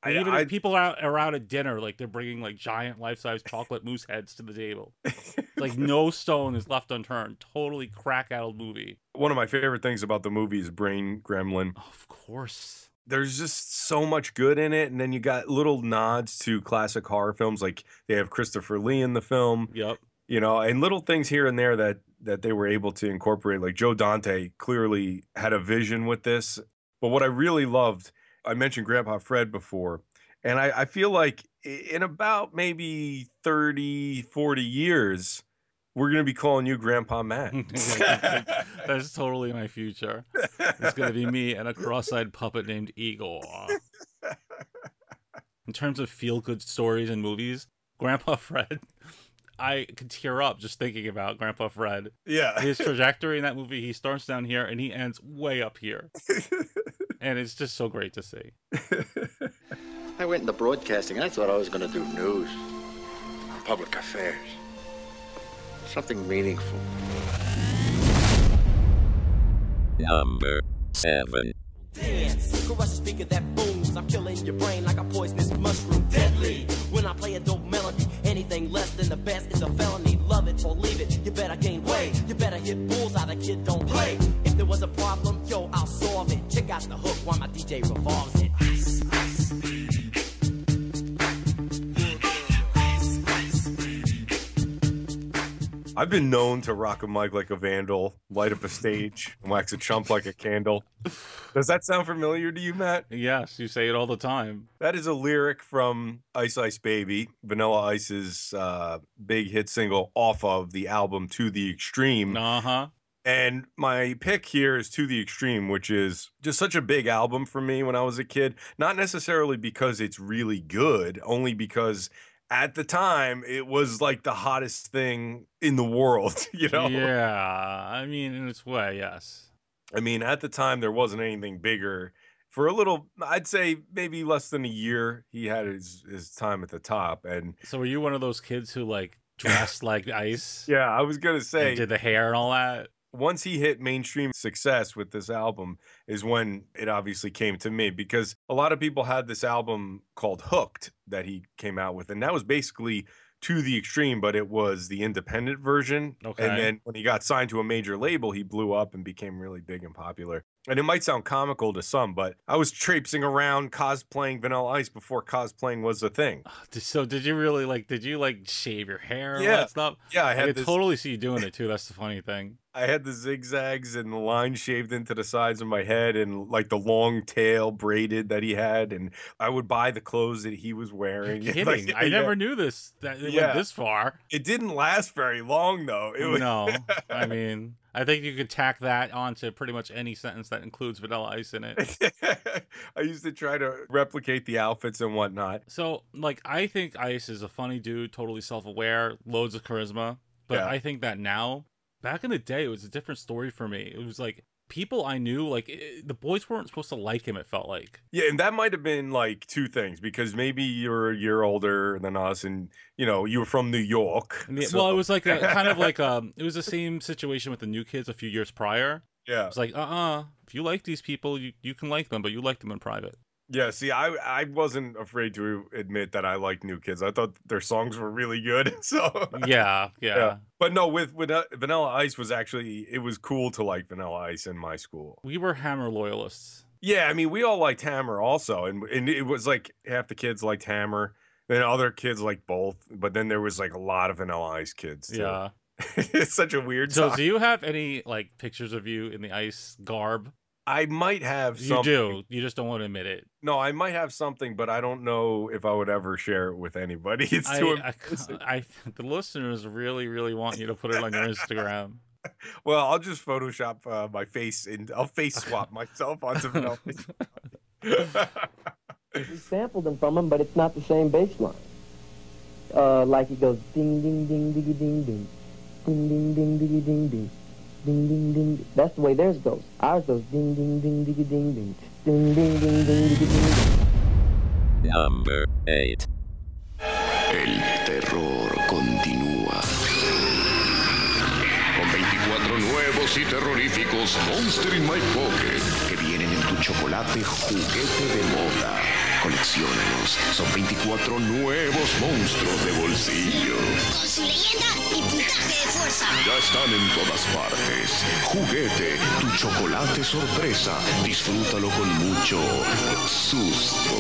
I-
And even
I-
if people are out, are out at dinner, like they're bringing like giant life size chocolate moose heads to
<laughs>
the table. like no stone is left unturned. Totally crack addled movie.
One of my favorite things about the movie is Brain Gremlin.
Of course.
There's just so much good in it, and then you got little nods to classic horror films, like they have Christopher Lee in the film.
Yep.
You know, and little things here and there that that they were able to incorporate. Like Joe Dante clearly had a vision with this. But what I really loved, I mentioned Grandpa Fred before, and I, I feel like i- in about maybe 30, 40 years, we're gonna be calling you Grandpa Matt.
That's totally my future. It's going to be me and a cross eyed puppet named
<laughs>
Igor. In terms of feel good stories and movies, Grandpa <laughs> Fred, I could tear up just thinking about Grandpa Fred.
Yeah. <laughs>
His trajectory in that movie, he starts down here and he ends way up
<laughs>
here. and it's just so great to see.
I went into broadcasting. I thought I was going to do news, public affairs, something meaningful.
Number 7.
dance. Caress the speaker that booms. I'm killing your brain like a poisonous mushroom. Deadly. When I play a dope melody, anything less than the best is a felony. Love it or leave it. You better gain weight. You better hit bulls out of kid. Don't play. If there was a problem, yo, I'll solve it. Check out the hook while my DJ revolves it.
I've been known to rock a mic like a vandal, light up a stage, and wax a chump like a candle. Does that sound familiar to you, Matt?
Yes, you say it all the time.
That is a lyric from Ice Ice Baby, Vanilla Ice's uh, big hit single off of the album To the Extreme.
Uh huh.
And my pick here is To the Extreme, which is just such a big album for me when I was a kid. Not necessarily because it's really good, only because at the time it was like the hottest thing in the world, <laughs> <laughs> you know?
Yeah. I mean, in its way, yes.
I mean, at the time there wasn't anything bigger. For a little, I'd say maybe less than a year, he had his his time at the top. And
So, were you one of those kids
<laughs>
who like dressed like ice?
yeah, I was gonna say,
and did the hair and all that?
once he hit mainstream success with this album is when it obviously came to me because a lot of people had this album called Hooked that he came out with and that was basically to the extreme but it was the independent version
Okay.
and then when he got signed to a major label he blew up and became really big and popular and it might sound comical to some but i was traipsing around cosplaying vanilla ice before cosplaying was a thing
So did you really like? Did you like shave your hair? And all
Yeah.
that stuff.
Yeah, I
Like,
had
I
this-
totally see you doing it too. That's the funny thing.
I had the zigzags and the line shaved into the sides of my head and like the long tail braided that he had. And I would buy the clothes that he was wearing. <laughs>
Kidding.
Like, <laughs>
I
yeah.
never knew this. That it
Yeah.
went this far.
It didn't last very long though. It was,
No, I mean, I think you could tack that onto pretty much any sentence that includes Vanilla Ice in it.
<laughs> I used to try to replicate the outfits and whatnot.
So, like, I think Ice is a funny dude, totally self aware, loads of charisma. But
Yeah.
I think that now, back in the day, it was a different story for me. It was like people I knew, like, it, the boys weren't supposed to like him, it felt like.
Yeah, and that might have been like two things because maybe you're a year older than us, and you know you were from New York.
I mean,
so-
well, it was like
<laughs>
a, kind of like um, it was the same situation with the new kids a few years prior.
Yeah.
it's like uh uh if you like these people, you you can like them, but you like them
<laughs>
in private.
Yeah, see, I I wasn't afraid to admit that I liked New Kids. I thought their songs were really good. <laughs> So
Yeah, yeah.
But no, with with uh, Vanilla Ice was actually it was cool to like Vanilla Ice in my school.
We were Hammer loyalists.
Yeah, I mean, we all liked Hammer also, and and it was like half the kids liked Hammer, then other kids liked both, but then there was like a lot of Vanilla Ice kids. too.
<laughs> Yeah.
<laughs> it's such a weird.
So,
time.
do you have any like pictures of you in the ice garb?
I might have.
You
something.
do. You just don't want to admit it.
No, I might have something, but I don't know if I would ever share it with anybody. <laughs> It's
<laughs> I,
too.
I, I- the listeners really, really want you to put it on your Instagram.
well, I'll just Photoshop uh, my face and I'll face
<laughs>
swap myself onto Vanellope.
we sampled them from him, but it's not the same bass line. Uh, like it goes ding ding ding diggy ding ding, ding ding ding diggy ding ding, ding ding ding. That's the way theirs goes. Ours goes ding ding ding diggy ding ding, ding ding ding ding diggy ding ding.
Number 8.
El terror continúa. Con 24 nuevos y terroríficos Monster in My Pocket que vienen en tu chocolate juguete de moda. Colecciónalos. Son 24 nuevos monstruos de bolsillo.
Con su leyenda y puntaje de fuerza.
Ya están en todas partes. Juguete, tu chocolate sorpresa. Disfrútalo con mucho susto.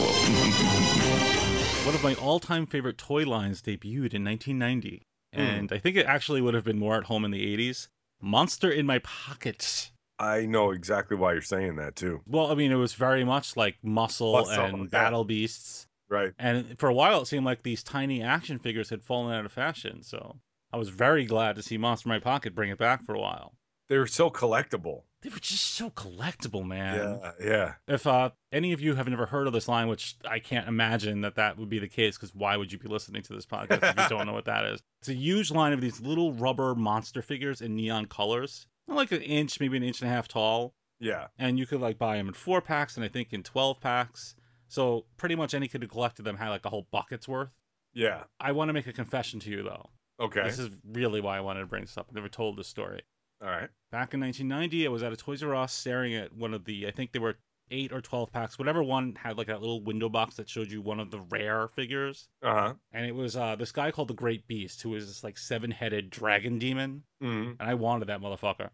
<laughs>
<laughs>
One of my all time favorite toy lines debuted in 1990, and I think it actually would have been more at home in the 80s. Monster in My Pocket.
I know exactly why you're saying that too.
Well, I mean, it was very much like Muscle,
Muscle,
and
yeah.
Battle Beasts.
Right.
And for a while, it seemed like these tiny action figures had fallen out of fashion. So I was very glad to see Monster in My Pocket bring it back for a while.
They were so collectible.
They were just so collectible, man.
Yeah, yeah.
If uh, any of you have never heard of this line, which I can't imagine that that would be the case, because why would you be listening to this podcast if you don't know what that is? It's a huge line of these little rubber monster figures in neon colors, They're like an inch, maybe an inch and a half tall.
Yeah.
And you could like buy them in four packs and I think in 12 packs. So pretty much any kid who collected them had like a whole bucket's worth.
Yeah.
I want to make a confession to you though.
Okay.
This is really why I wanted to bring this up. I never told this story.
All right.
Back in 1990, I was at a Toys R Us staring at one of the, I think they were eight or 12 packs, whatever one had like that little window box that showed you one of the rare figures.
Uh huh.
And it was uh, this guy called the Great Beast, who was this like seven headed dragon demon.
mm-hmm.
And I wanted that motherfucker.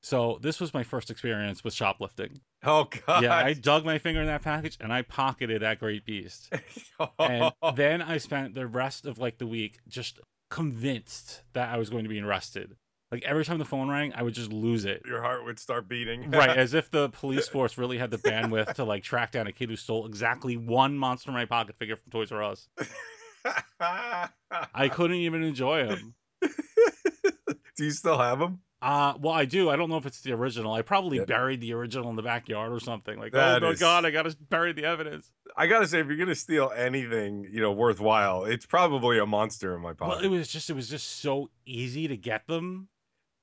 so this was my first experience with shoplifting.
Oh God.
Yeah, I dug my finger in that package and I pocketed that great beast.
<laughs>
and then I spent the rest of like the week just convinced that I was going to be arrested. Like every time the phone rang, I would just lose it.
Your heart would start beating.
Right, as if the police force really had the bandwidth to like track down a kid who stole exactly one Monster in My Pocket figure from Toys R Us. I couldn't even enjoy him.
<laughs> Do you still have them?
Uh, well, I do. I don't know if it's the original. I probably buried the original in the backyard or something. Like,
That
oh my
is-
god, I gotta bury the evidence.
I gotta say, if you're gonna steal anything, you know, worthwhile, it's probably a monster in my
Well,
pocket.
it was just it was just so easy to get them.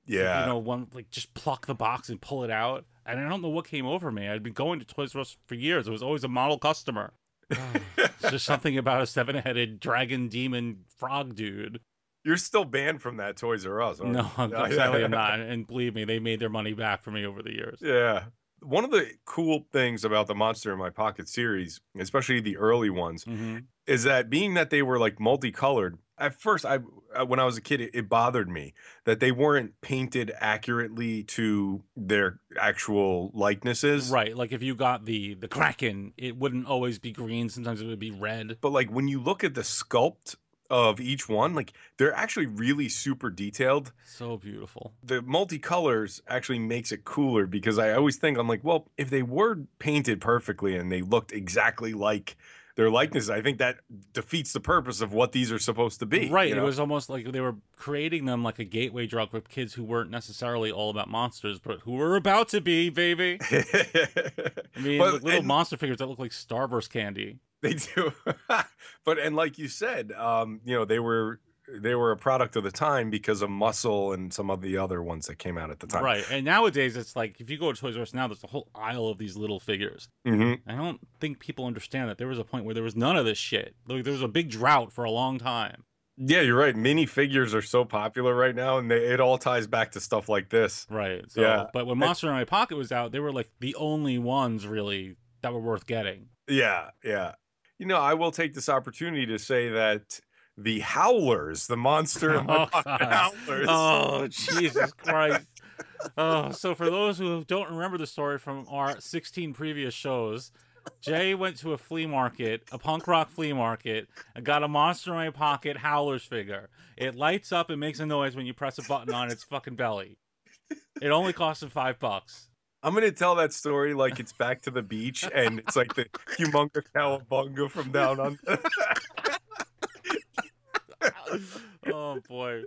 yeah.
you know, one like just pluck the box and pull it out. And I don't know what came over me. I'd been going to Toys R Us for years. It was always a model <sighs> customer. it's just something about a seven-headed dragon demon frog dude.
you're still banned from that Toys R Us. aren't <laughs>
No,
you?
I'm, sadly I'm not. And believe me, they made their money back for me over the years.
Yeah. One of the cool things about the Monster in My Pocket series, especially the early ones, is that being that they were like multicolored, at first I uh, when I was a kid it, it bothered me that they weren't painted accurately to their actual likenesses.
Right, like if you got the the Kraken, it wouldn't always be green. Sometimes it would be red.
But like when you look at the sculpt of each one, like they're actually really super detailed.
So beautiful.
the multicolors actually makes it cooler because I always think I'm like, well, if they were painted perfectly and they looked exactly like their likeness, I think that defeats the purpose of what these are supposed to be.
Right.
you
It
know?
was almost like they were creating them like a gateway drug for kids who weren't necessarily all about monsters, but who were about to be, baby.
<laughs>
I mean,
But-
like little
and-
monster figures that look like Starburst candy.
they do. <laughs> but and like you said, um, you know, they were they were a product of the time because of Muscle and some of the other ones that came out at the time.
Right. And nowadays, it's like if you go to Toys R Us now, there's a whole aisle of these little figures.
Mhm.
I don't think people understand that there was a point where there was none of this shit. Like, there was a big drought for a long time.
Yeah, you're right. Mini figures are so popular right now, and they, it all ties back to stuff like this.
Right. So,
yeah.
But when
I-
Monster in My Pocket was out, they were like the only ones really that were worth getting.
Yeah, yeah. You know, I will take this opportunity to say that the Howlers, the monster in my
<laughs> Oh,
<laughs> pocket
God.
Howlers.
Oh, Jesus Christ. Oh, so for those who don't remember the story from our 16 previous shows, Jay went to a flea market, a punk rock flea market, and got a Monster in My Pocket Howlers figure. It lights up and makes a noise when you press a button on its fucking belly. It only cost him five bucks.
I'm gonna tell that story like it's back to the beach, and it's like the humongous cowabunga from down under.
Oh boy.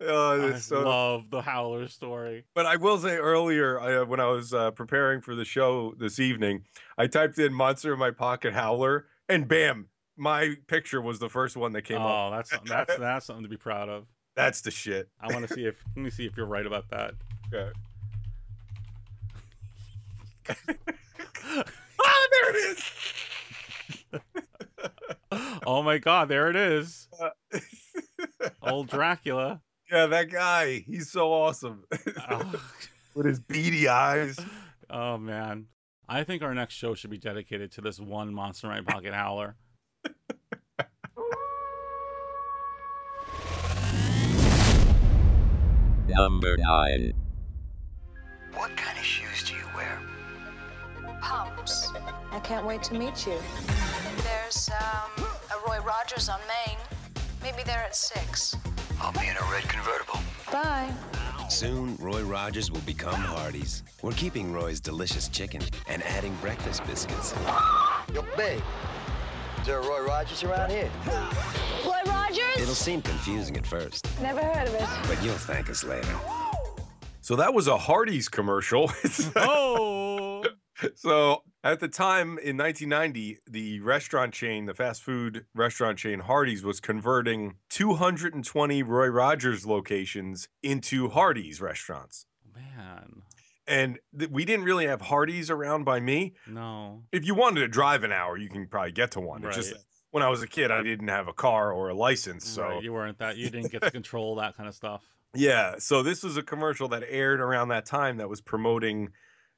Oh,
I
that's so-
love the Howler story.
But I will say earlier, uh, when I was uh, preparing for the show this evening, I typed in "monster in my pocket howler" and bam, my picture was the first one that came
oh,
up.
that's that's that's something to be proud of.
That's the shit.
I want to see if let me see if you're right about that.
Okay. <laughs> ah, there it is.
Oh my god, there it is.
Uh, <laughs>
Old Dracula.
Yeah, that guy. He's so awesome. <laughs> With his beady eyes.
Oh man. I think our next show should be dedicated to this one monster in my
<laughs>
pocket howler.
Number 9.
What kind of shoes do you wear?
Pumps. I can't wait to meet you. There's um, a Roy Rogers on Main. Maybe there at six.
I'll be in a red convertible.
Bye.
Soon, Roy Rogers will become Hardee's. We're keeping Roy's delicious chicken and adding breakfast biscuits.
Yo, babe. Is there a Roy Rogers around here?
Roy Rogers?
It'll seem confusing at first,
Never heard of it.
but you'll thank us later.
So that was a Hardee's commercial. <laughs>
oh.
So at the time in 1990, the restaurant chain, the fast food restaurant chain Hardee's, was converting 220 Roy Rogers locations into Hardee's restaurants.
Man.
And th- we didn't really have Hardee's around by me.
No.
If you wanted to drive an hour, you can probably get to one. It's just
Right.
that when I was a kid, I didn't have a car or a license. So
Right, you weren't that you didn't get to control that kind of stuff.
yeah, so this was a commercial that aired around that time that was promoting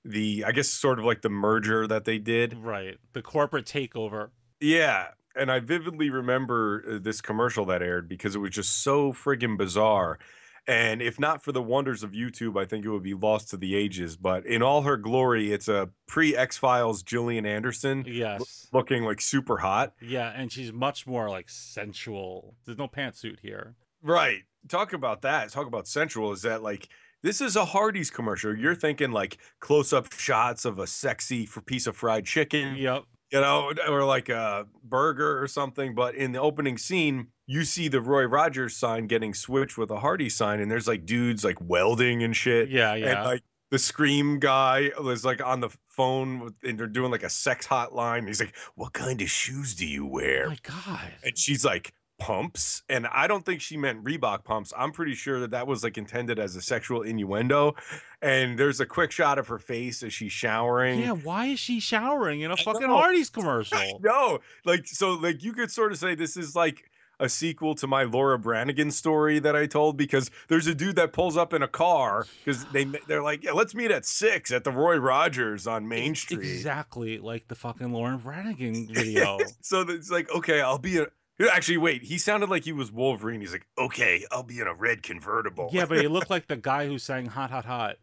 the, I guess, sort of like the merger that they did.
Right. The corporate takeover.
Yeah. And I vividly remember uh, this commercial that aired because it was just so friggin' bizarre. And if not for the wonders of YouTube, I think it would be lost to the ages. But in all her glory, it's a pre X Files Gillian Anderson.
Yes.
lo- looking like super hot.
Yeah, and she's much more like sensual. There's no pantsuit here.
Right. Talk about that. Talk about sensual. Is that like this is a Hardee's commercial? You're thinking like close up shots of a sexy f- piece of fried chicken.
Yep.
You know, or like a burger or something. But in the opening scene, you see the Roy Rogers sign getting switched with a Hardy sign, and there's like dudes like welding and shit.
Yeah, yeah.
And like the scream guy was like on the phone with, and they're doing like a sex hotline. He's like, "What kind of shoes do you wear?"
my god.
and she's like pumps and i don't think she meant reebok pumps i'm pretty sure that that was like intended as a sexual innuendo and there's a quick shot of her face as she's showering
Yeah, why is she showering in a fucking
know.
Hardee's commercial?
no like so like you could sort of say this is like a sequel to my Laura Branigan story that I told because there's a dude that pulls up in a car because they they're like yeah let's meet at six at the Roy Rogers on Main Street
Exactly like the fucking Lauren
<laughs>
Branigan video.
so that it's like, okay, I'll be a. Actually, wait. He sounded like he was Wolverine. He's like, okay, I'll be in a red convertible. <laughs>
yeah, but he looked like the guy who sang "Hot, Hot, Hot."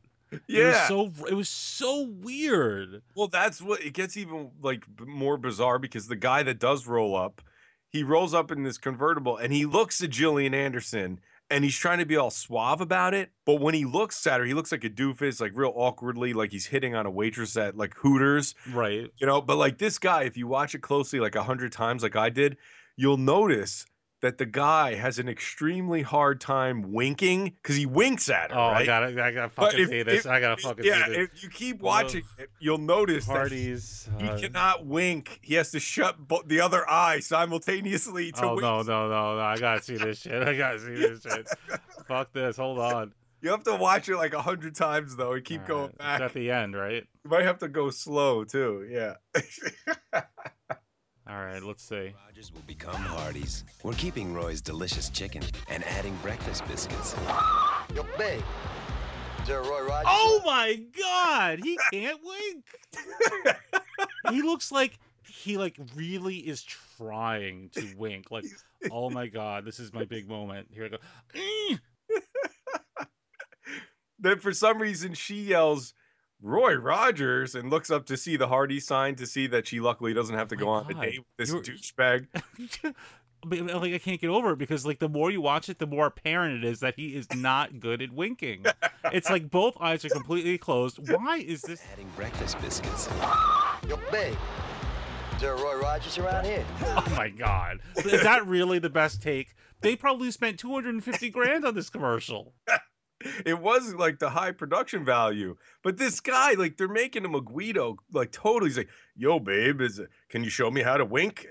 Yeah.
it was so it was so weird.
well, that's what it gets even like b- more bizarre because the guy that does roll up, he rolls up in this convertible and he looks at Gillian Anderson and he's trying to be all suave about it. But when he looks at her, he looks like a doofus, like real awkwardly, like he's hitting on a waitress at like Hooters.
Right.
You know, but like this guy, if you watch it closely like a hundred times, like I did, you'll notice that the guy has an extremely hard time winking because he winks at her.
Oh, I
right?
gotta, I gotta
But
fucking
if-
see this.
if-
I gotta fucking
yeah,
see this.
if you keep watching it, you'll notice
Hardee's.
that he,
uh,
he cannot wink. He has to shut bo- the other eye simultaneously to
oh
wink.
no, no, no, no! I gotta see this shit. <laughs> I gotta see this
<laughs>
shit. Fuck this. Hold on.
You have to watch it like a hundred times though and keep
All
going
right,
back.
Uh, It's at the end, right?
You might have to go slow too. Yeah.
All right. Let's see.
Rogers will become Hardee's. We're keeping Roy's delicious chicken and adding breakfast biscuits.
Yo, babe. Is there a Roy Rogers?
Oh my god, he can't wink. he looks like he like really is trying to wink. Like, oh my god, this is my big moment. Here I go. Eh.
then for some reason she yells Roy Rogers and looks up to see the Hardy sign to see that she luckily doesn't have to go on a
Oh God,
date with this
you were-
douchebag.
<laughs> But, like I can't get over it because like the more you watch it, the more apparent it is that he is not good at winking. it's like both eyes are completely closed. Why is this?
Adding breakfast biscuits.
Yo, babe. Is there a Roy Rogers around here?
Oh my god. Is that really the best take? They probably spent 250 grand on this commercial.
it was like the high production value. But this guy, like, they're making him a Guido, like, totally. He's like, yo, babe, is can you show me how to wink?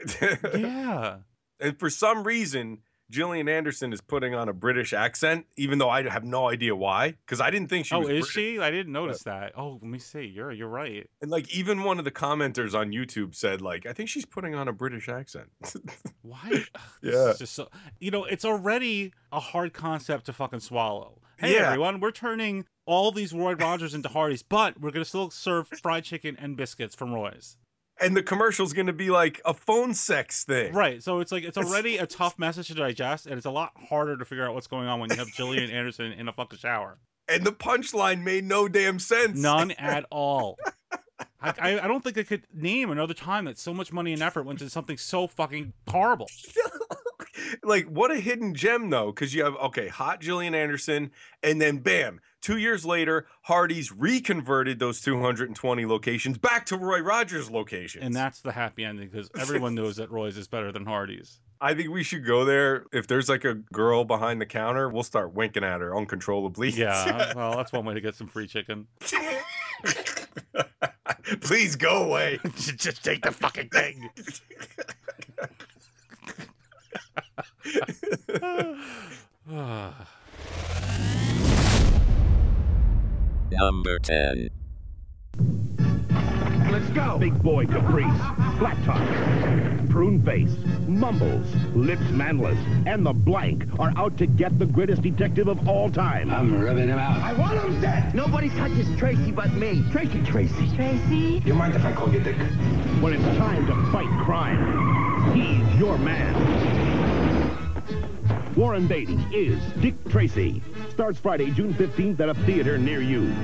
yeah.
<laughs> And for some reason, Gillian Anderson is putting on a British accent, even though I have no idea why. Because I didn't think she.
oh,
was
is
British.
she? I didn't notice that. Oh, let me see. You're you're right.
And like, even one of the commenters on YouTube said, like, I think she's putting on a British accent. <laughs>
Why? This
Yeah.
is just so, you know, it's already a hard concept to fucking swallow. Hey
Yeah.
everyone, we're turning all these Roy Rogers into Hardys, but we're gonna still serve fried chicken and biscuits from Roy's.
and the commercial's going to be like a phone sex thing.
Right. So it's like it's
<laughs>
already a tough message to digest, and it's a lot harder to figure out what's going on when you have
<laughs>
Gillian Anderson in a fucking shower.
And the punchline made no damn sense.
None at all. I, I, I don't think I could name another time that so much money and effort went to something so fucking horrible.
like what a hidden gem though because you have okay hot Gillian anderson and then bam two years later hardy's reconverted those 220 locations back to roy rogers locations
And that's the happy ending because everyone knows that Roy's is better than Hardy's.
i think we should go there if there's like a girl behind the counter we'll start winking at her uncontrollably
<laughs> Yeah. Well, that's one way to get some free chicken.
<laughs> please go away
<laughs> Just take the fucking thing.
Number 10.
Let's go. Big boy caprice, flat top, prune face, mumbles, lips manless, and the blank are out to get the greatest detective of all time. I'm rubbing him out. I want him dead. Nobody touches Tracy but me. Tracy, Tracy. Tracy. You mind if I call you Dick? When it's time to fight crime, he's your man. Warren Beatty is Dick Tracy. Starts Friday, June 15th at a theater near you.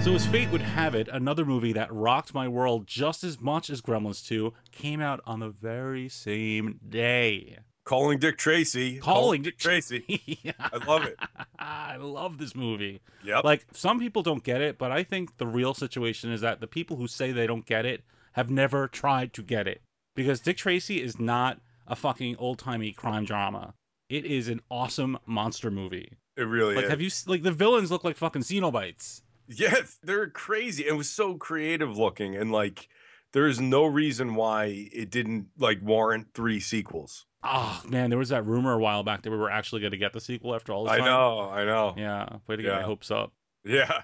So, as fate would have it, another movie that rocked my world just as much as Gremlins 2 came out on the very same day.
<laughs>
<laughs>
calling dick tracy
Calling
Dick tracy i love it
<laughs> I love this movie.
Yep.
Like, some people don't get it, but I think the real situation is that the people who say they don't get it have never tried to get it. Because Dick Tracy is not a fucking old timey crime drama, it is an awesome monster movie.
it really
Like,
is
have you, s- like, the villains look like fucking xenobites.
Yes, they're crazy. It was so creative looking, and like, there is no reason why it didn't like warrant three sequels.
Oh man, there was that rumor a while back that we were actually going to get the sequel after all this
I
time.
know, I know.
Yeah, way to get my
Yeah.
hopes
<laughs>
up.
Yeah,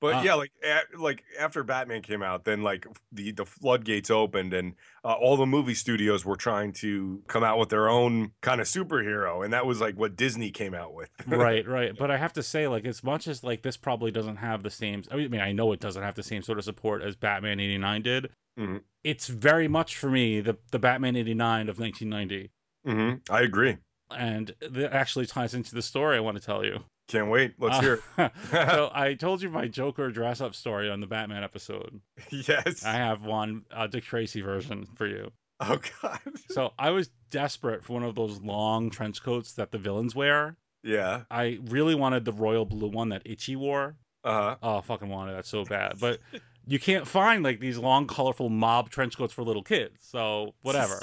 but
Ah.
yeah, like, a- like after Batman came out, then like the the floodgates opened, and uh, all the movie studios were trying to come out with their own kind of superhero, and that was like what Disney came out with. <laughs>
right, right. But I have to say, like, as much as like this probably doesn't have the same. I mean, I know it doesn't have the same sort of support as Batman '89 did.
Mhm.
It's very much for me the the Batman '89 of 1990,
hmm I agree.
and that actually ties into the story I want to tell you.
Can't wait. Let's
Uh,
hear. it. <laughs>
<laughs> so I told you my Joker dress up story on the Batman episode.
Yes.
I have one uh, Dick Tracy version for you.
Oh <laughs>
<laughs>
God.
So I was desperate for one of those long trench coats that the villains wear.
Yeah.
I really wanted the royal blue one that Itchy wore.
Uh huh.
Oh, I fucking wanted that so bad.
<laughs>
But you can't find like these long, colorful mob trench coats for little kids. So
<laughs>
whatever.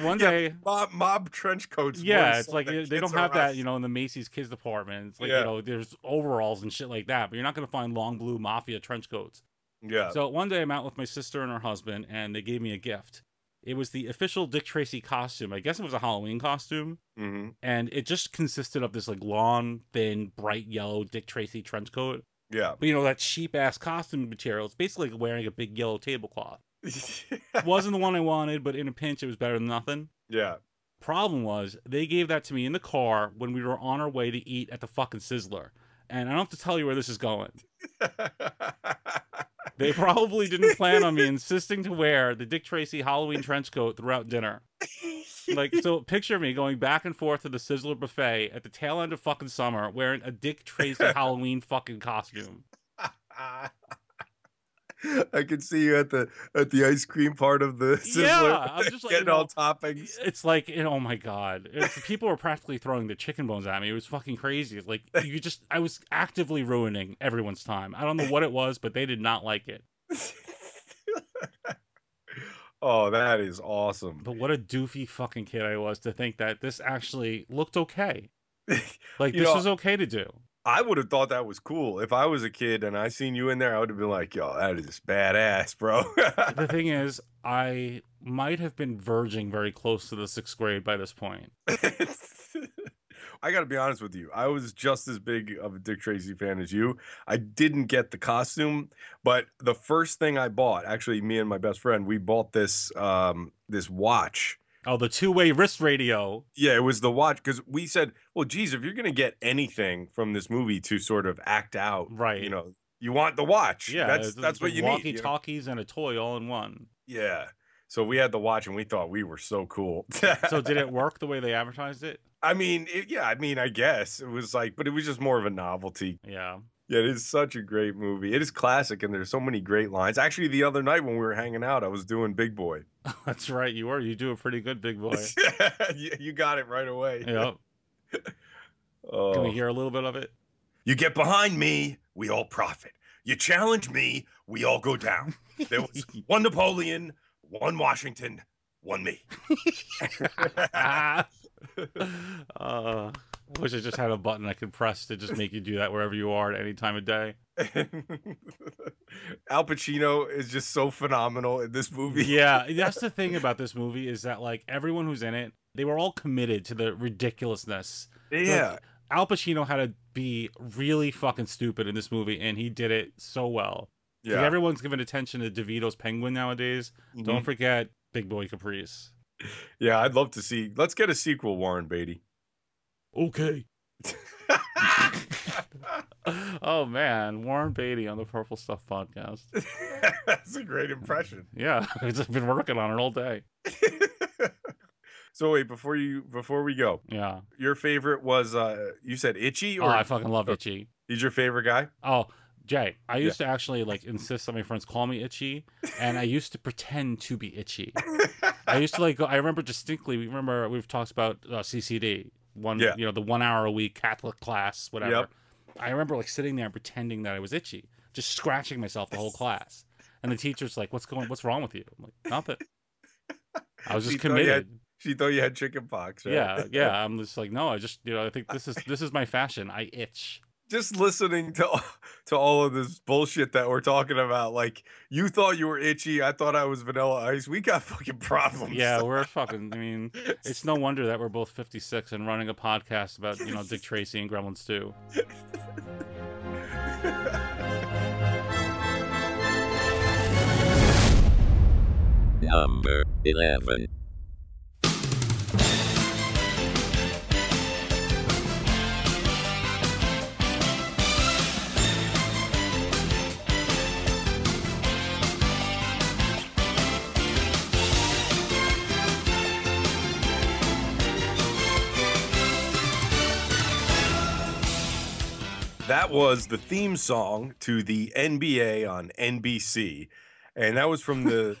One day,
Mob, mob trench coats. were
yeah, it's
something
like
that
they they
kids
don't have
are
that,
on.
you know, in the Macy's kids department. It's like
Yeah.
you know, there's overalls and shit like that. But you're not gonna find long blue mafia trench coats.
Yeah.
So one day I'm out with my sister and her husband, and they gave me a gift. It was the official Dick Tracy costume. I guess it was a Halloween costume,
Mm-hmm.
and it just consisted of this like long, thin, bright yellow Dick Tracy trench coat.
Yeah.
But you know that cheap ass costume material. It's basically like wearing a big yellow tablecloth. Wasn't the one I wanted, but in a pinch, it was better than nothing.
Yeah. <laughs>
Problem was, they gave that to me in the car when we were on our way to eat at the fucking Sizzler. And I don't have to tell you where this is going. they probably didn't plan on me insisting to wear the Dick Tracy Halloween trench coat throughout dinner. Like, so picture me going back and forth to the Sizzler buffet at the tail end of fucking summer wearing a Dick
<laughs>
Tracy Halloween fucking costume.
I could see you at the at the ice cream part of the Sizzler.
Yeah, I'm just like,
getting
you
all
know,
toppings.
It's like, you know, oh my god, It's- people were practically throwing the chicken bones at me. It was fucking crazy. It's Like you just, I was actively ruining everyone's time. I don't know what it was, but they did not like it.
Oh, that is awesome.
But what a doofy fucking kid I was to think that this actually
<laughs>
looked okay. Like
You
this
know-
was okay to do.
I would have thought that was cool. If I was a kid and I seen you in there, I would have been like, yo, that is badass, bro. <laughs>
the thing is, I might have been verging very close to the sixth grade by this point.
<laughs> I got to be honest with you. I was just as big of a Dick Tracy fan as you. I didn't get the costume, but the first thing I bought, actually, me and my best friend, we bought this um, this watch.
Oh, the two way wrist radio.
Yeah, it was the watch because we said, well, geez, if you're going to get anything from this movie to sort of act out, right? You know, you want the watch.
Yeah,
that's
the-
that's
the
what you
walkie
need. you know?
talkies and a toy all
<laughs>
in one.
Yeah. So we had the watch and we thought we were so cool.
so did it work the way they advertised it?
I mean, it, yeah, I mean, I guess it was like, but it was just more of a novelty.
Yeah. <laughs>
Yeah, it is such a great movie. It is classic, and there's so many great lines. Actually, the other night when we were hanging out, I was doing Big Boy. <laughs>
That's right. You are. You do a pretty good, big boy.
you, you got it right away.
yep.
Oh.
Can we hear a little bit of it?
You get behind me, we all profit. You challenge me, we all go down. There
<laughs>
was one Napoleon, one Washington, one me. <laughs>
<laughs> Uh, I wish I just had a button I could press to just make you do that wherever you are at any time of day.
Al Pacino is just so phenomenal in this movie.
yeah, that's the thing about this movie is that like everyone who's in it, they were all committed to the ridiculousness.
<laughs>
Like,
Yeah.
Al Pacino had to be really fucking stupid in this movie, and he did it so well. 'Cause
Yeah.
everyone's giving attention to DeVito's Penguin nowadays. Don't
Mhm.
forget Big Boy Caprice.
Yeah, I'd love to see. Let's get a sequel, Warren
<laughs>
Beatty. <laughs>
Okay. <laughs> oh man, Warren Beatty on the Purple Stuff podcast.
That's a great impression. <laughs>
Yeah, <laughs> I've been working on it all day.
So wait, before you before we go,
Yeah.
your favorite was uh you said Itchy
Oh,
or
I fucking love Itchy.
He's your favorite guy?
Oh, Jay, I used to actually like insist that my friends call me Itchy, and I used to pretend to be
<laughs>
Itchy. I used to like. Go, I remember distinctly. We remember we've talked about uh, CCD one,
Yeah.
you know, the one hour a week Catholic class, whatever.
Yep.
I remember like sitting there pretending that I was Itchy, just scratching myself
<laughs>
the whole class, and the teacher's like, "What's going? What's wrong with you?" I'm like, "Nothing." I was
She
just
thought you
committed.
had- she thought you had chicken pox, right?
Yeah, yeah. I'm just like, no, I just, you know, I think this is this is my fashion. I itch.
<laughs> Just listening to to all of this bullshit that we're talking about, like you thought you were itchy, I thought I was vanilla ice. We got fucking problems. <laughs>
Yeah, we're fucking. I mean, it's no wonder that we're both 56 and running a podcast about you
<laughs>
know Dick Tracy and Gremlins too. <laughs>
Number 11.
That was the theme song to the NBA on NBC. And that was from the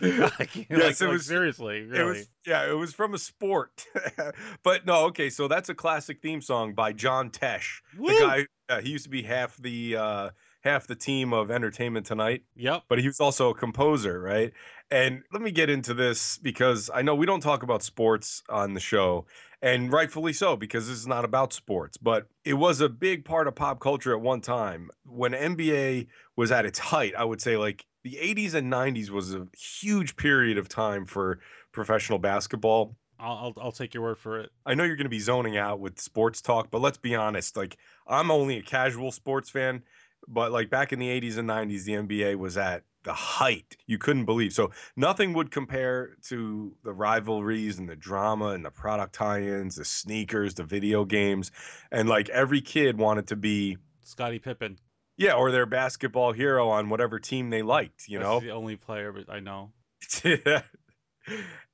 Like- like, seriously,
It
really.
was yeah, it was from a sport. <laughs> but no, okay, so that's a classic theme song by John Tesh. The guy uh, he used to be half the uh half the team of Entertainment Tonight.
Yep.
But he was also a composer, right? And let me get into this because I know we don't talk about sports on the show, and rightfully so because this is not about sports, but it was a big part of pop culture at one time when NBA was at its height. I would say like the 80s and 90s was a huge period of time for professional basketball.
I'll, I'll I'll take your word for it.
I know you're going to be zoning out with sports talk, but let's be honest. Like, I'm only a casual sports fan, but like back in the 80s and 90s, the NBA was at the height. You couldn't believe. So, nothing would compare to the rivalries and the drama and the product tie ins, the sneakers, the video games. And like, every kid wanted to be,
Scottie Pippen.
yeah, or their basketball hero on whatever team they liked, you
That's
know?
the only player but I know.
<laughs> Yeah.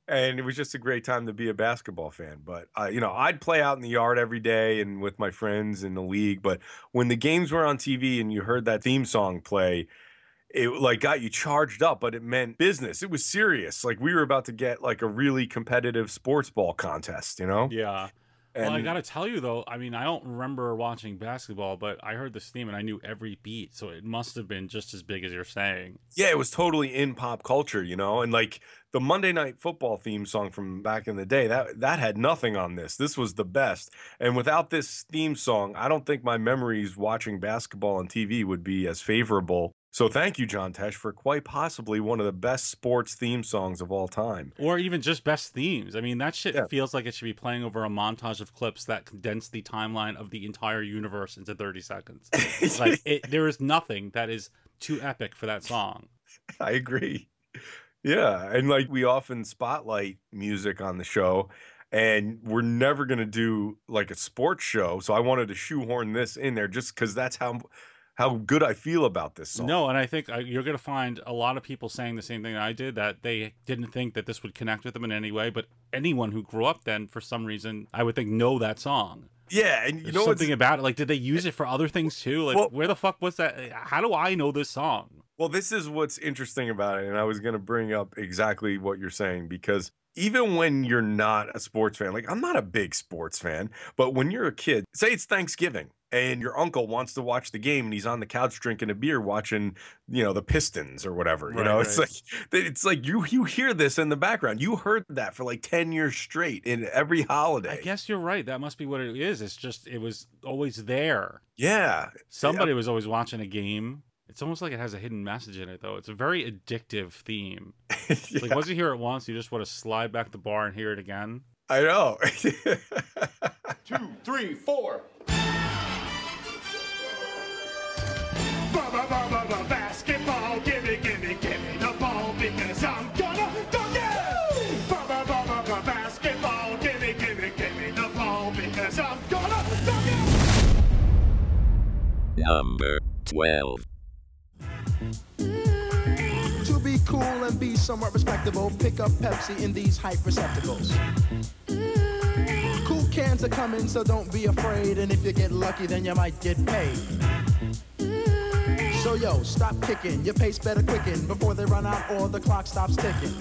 and it was just a great time to be a basketball fan. But uh, you know, I'd play out in the yard every day and with my friends in the league. But when the games were on TV and you heard that theme song play, it like got you charged up. But it meant business. It was serious. Like we were about to get like a really competitive sports ball contest. You know?
Yeah. well, I
And-
gotta tell you though, I mean, I don't remember watching basketball, but I heard this theme and I knew every beat, so it must have been just as big as you're saying.
Yeah, it was totally in pop culture, you know, and like the Monday Night Football theme song from back in the day that that had nothing on this. This was the best, and without this theme song, I don't think my memories watching basketball on TV would be as favorable. So thank you, John Tesh, for quite possibly one of the best sports theme songs of all time.
Or even just best themes. I mean, that shit feels like it should be playing over a montage of clips that condense the timeline of the entire universe into
<laughs>
30 seconds. It's like, it, there is nothing that is too epic for that song.
I agree. Yeah. And like we often spotlight music on the show, and we're never going to do like a sports show. So I wanted to shoehorn this in there just because that's how how good I feel about this song.
No, and I think uh, you're going to find a lot of people saying the same thing I did that they didn't think that this would connect with them in any way, but anyone who grew up then, for some reason, I would think know that song.
Yeah, and you
There's
know what's-
something about it. Like, did they use it for other things too? Like, where the fuck was that? How do I know this song?
Well, this is what's interesting about it. And I was going to bring up exactly what you're saying because even when you're not a sports fan, like I'm not a big sports fan, but when you're a kid, say it's Thanksgiving and your uncle wants to watch the game and he's on the couch drinking a beer watching, you know, the Pistons or whatever, you
Right,
know, <laughs> it's
right.
like, it's like you, you hear this in the background. You heard that for like 10 years straight in every holiday.
I guess you're right. That must be what it is. It's just it was always there.
Yeah.
Somebody was always watching a game. It's almost like it has a hidden message in it, though. It's a very addictive theme. It's Like once you hear it once, you just want to slide back the bar and hear it again.
I know. <laughs>
Two, three, four. Ba, ba, ba, ba, ba, basketball, gimme, gimme, gimme the ball because I'm gonna dunk it. Ba, ba, ba, ba, ba, basketball, gimme, gimme, gimme the ball because I'm gonna dunk it.
Number 12.
To be cool and be somewhat respectable, pick up Pepsi in these hype receptacles. Cool cans are coming, so don't be afraid. And if you get lucky, then you might get paid. So yo, stop kicking. Your pace better quicken before they run out or the clock stops ticking.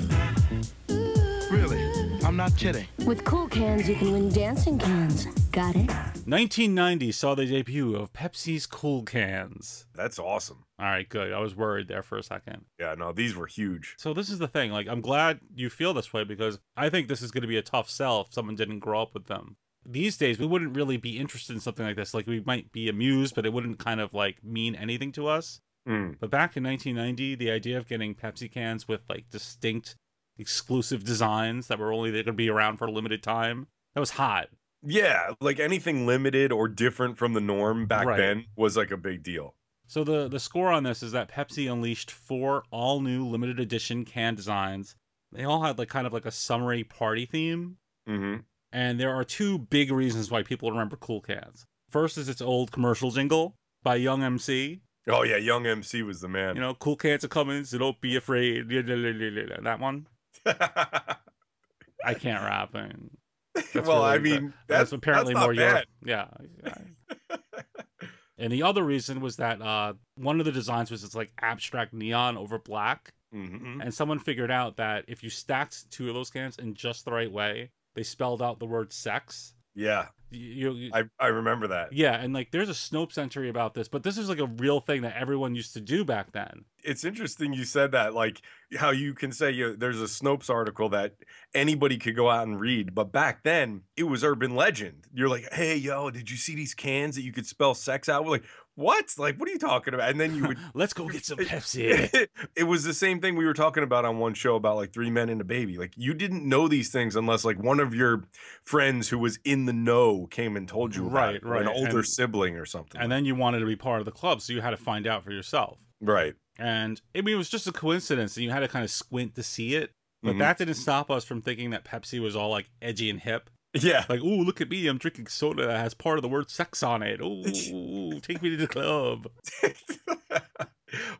Really? I'm not kidding.
With cool cans, you can win dancing cans. Got it?
1990 saw the debut of Pepsi's Cool Cans.
That's awesome.
All right, good. I was worried there for a second.
Yeah, no, these were huge.
So this is the thing. Like, I'm glad you feel this way because I think this is going to be a tough sell if someone didn't grow up with them. These days, we wouldn't really be interested in something like this. Like, we might be amused, but it wouldn't kind of like mean anything to us.
Mm.
But back in 1990, the idea of getting Pepsi cans with like distinct, exclusive designs that were only they're going to be around for a limited time that was hot.
Yeah, like anything limited or different from the norm back
Right.
then was like a big deal.
So the the score on this is that Pepsi unleashed four all new limited edition can designs. They all had like kind of like a summery party theme.
Mm-hmm.
And there are two big reasons why people remember Cool Cans. First is its old commercial jingle by Young MC.
Oh yeah, Young MC was the man.
You know, Cool Cans are coming, so don't be afraid. That one. I can't rap. And that's
<laughs> Well, I
really-
mean, that's-
that's apparently
that's not
more your
bad.
yeah.
<laughs>
And the other reason was that uh, one of the designs was it's like abstract neon over black.
<laughs> Mm-hmm.
And someone figured out that if you stacked two of those cans in just the right way, they spelled out the word sex.
yeah,
You, you,
I I remember that.
Yeah, and like there's a Snopes entry about this, but this is like a real thing that everyone used to do back then.
It's interesting you said that, like how you can say you know, there's a Snopes article that anybody could go out and read, but back then it was urban legend. You're like, hey yo, did you see these cans that you could spell sex out? We're like, what? Like, what are you talking about? And then you would
let's
<laughs>
go get some Pepsi.
it was the same thing we were talking about on one show about like three men and a baby. Like you didn't know these things unless like one of your friends who was in the know came and told you, about
Right,
it, or an
right,
older
and-
sibling or something.
And then you wanted to be part of the club, so you had to find out for yourself.
Right. <laughs>
And I mean, it was just a coincidence, and you had to kind of squint to see it. But
Mhm.
that didn't stop us from thinking that Pepsi was all like edgy and hip.
Yeah. <laughs>
Like, ooh, look at me. I'm drinking soda that has part of the word sex on it. Ooh, ooh, ooh, take me to the club.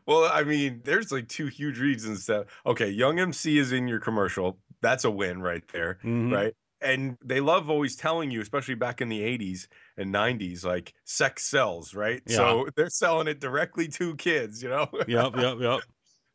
Well, I mean, there's like two huge reasons that okay, Young MC is in your commercial. That's a win right there,
Mm-hmm.
Mhm.
right? And they love always telling you, especially back in the 80s and 90s, like sex sells, right? So <laughs> they're selling it directly to kids, you know? <laughs>
Yep, yep, yep.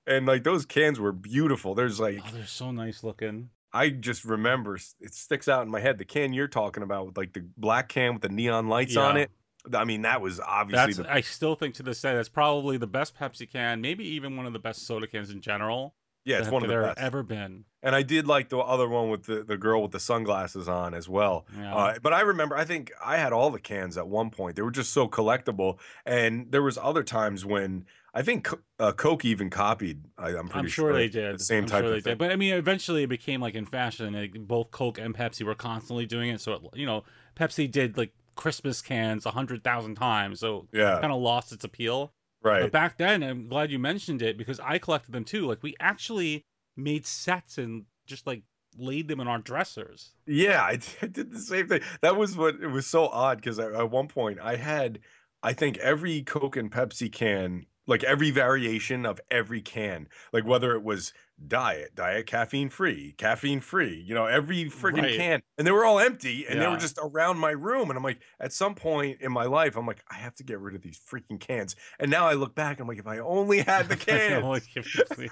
and like those cans were beautiful. There's like
Oh, they're so nice looking.
I just remember s- it sticks out in my head the can you're talking about with like the black can with the neon lights on
Yeah.
it. I mean, that was obviously
That's,
the
I still think to this day that's probably the best Pepsi can, maybe even one of the best soda cans in general.
Yeah, it's
that
one of the
there
best.
ever been.
And I did like the other one with the, the girl with the sunglasses on as well.
Yeah.
Uh, but I remember, I think I had all the cans at one point. They were just so collectible. And there was other times when I think Co- uh, Coke even copied. I, I'm pretty
I'm sure they did.
The same
I'm
type
sure
of
they
thing.
did. But I mean, eventually it became like in fashion. Like both Coke and Pepsi were constantly doing it. So it, you know, Pepsi did like Christmas cans a hundred thousand times. So
Yeah.
kind of lost its appeal.
Right.
But back then, I'm glad you mentioned it because I collected them too. Like we actually made sets and just like laid them in our dressers. <laughs>
Yeah, I, d- <laughs> I did the same thing. That was what it was so odd because at one point I had, I think every Coke and Pepsi can, like every variation of every can, like whether it was diet, diet caffeine free, caffeine free, you know, every freaking
Right.
can, and they were all empty and they
Yeah.
were just around my room, and I'm like, at some point in my life, I'm like, I have to get rid of these freaking cans, and now I look back, I'm like, if I only had the
Yeah,
can.
like, if you please.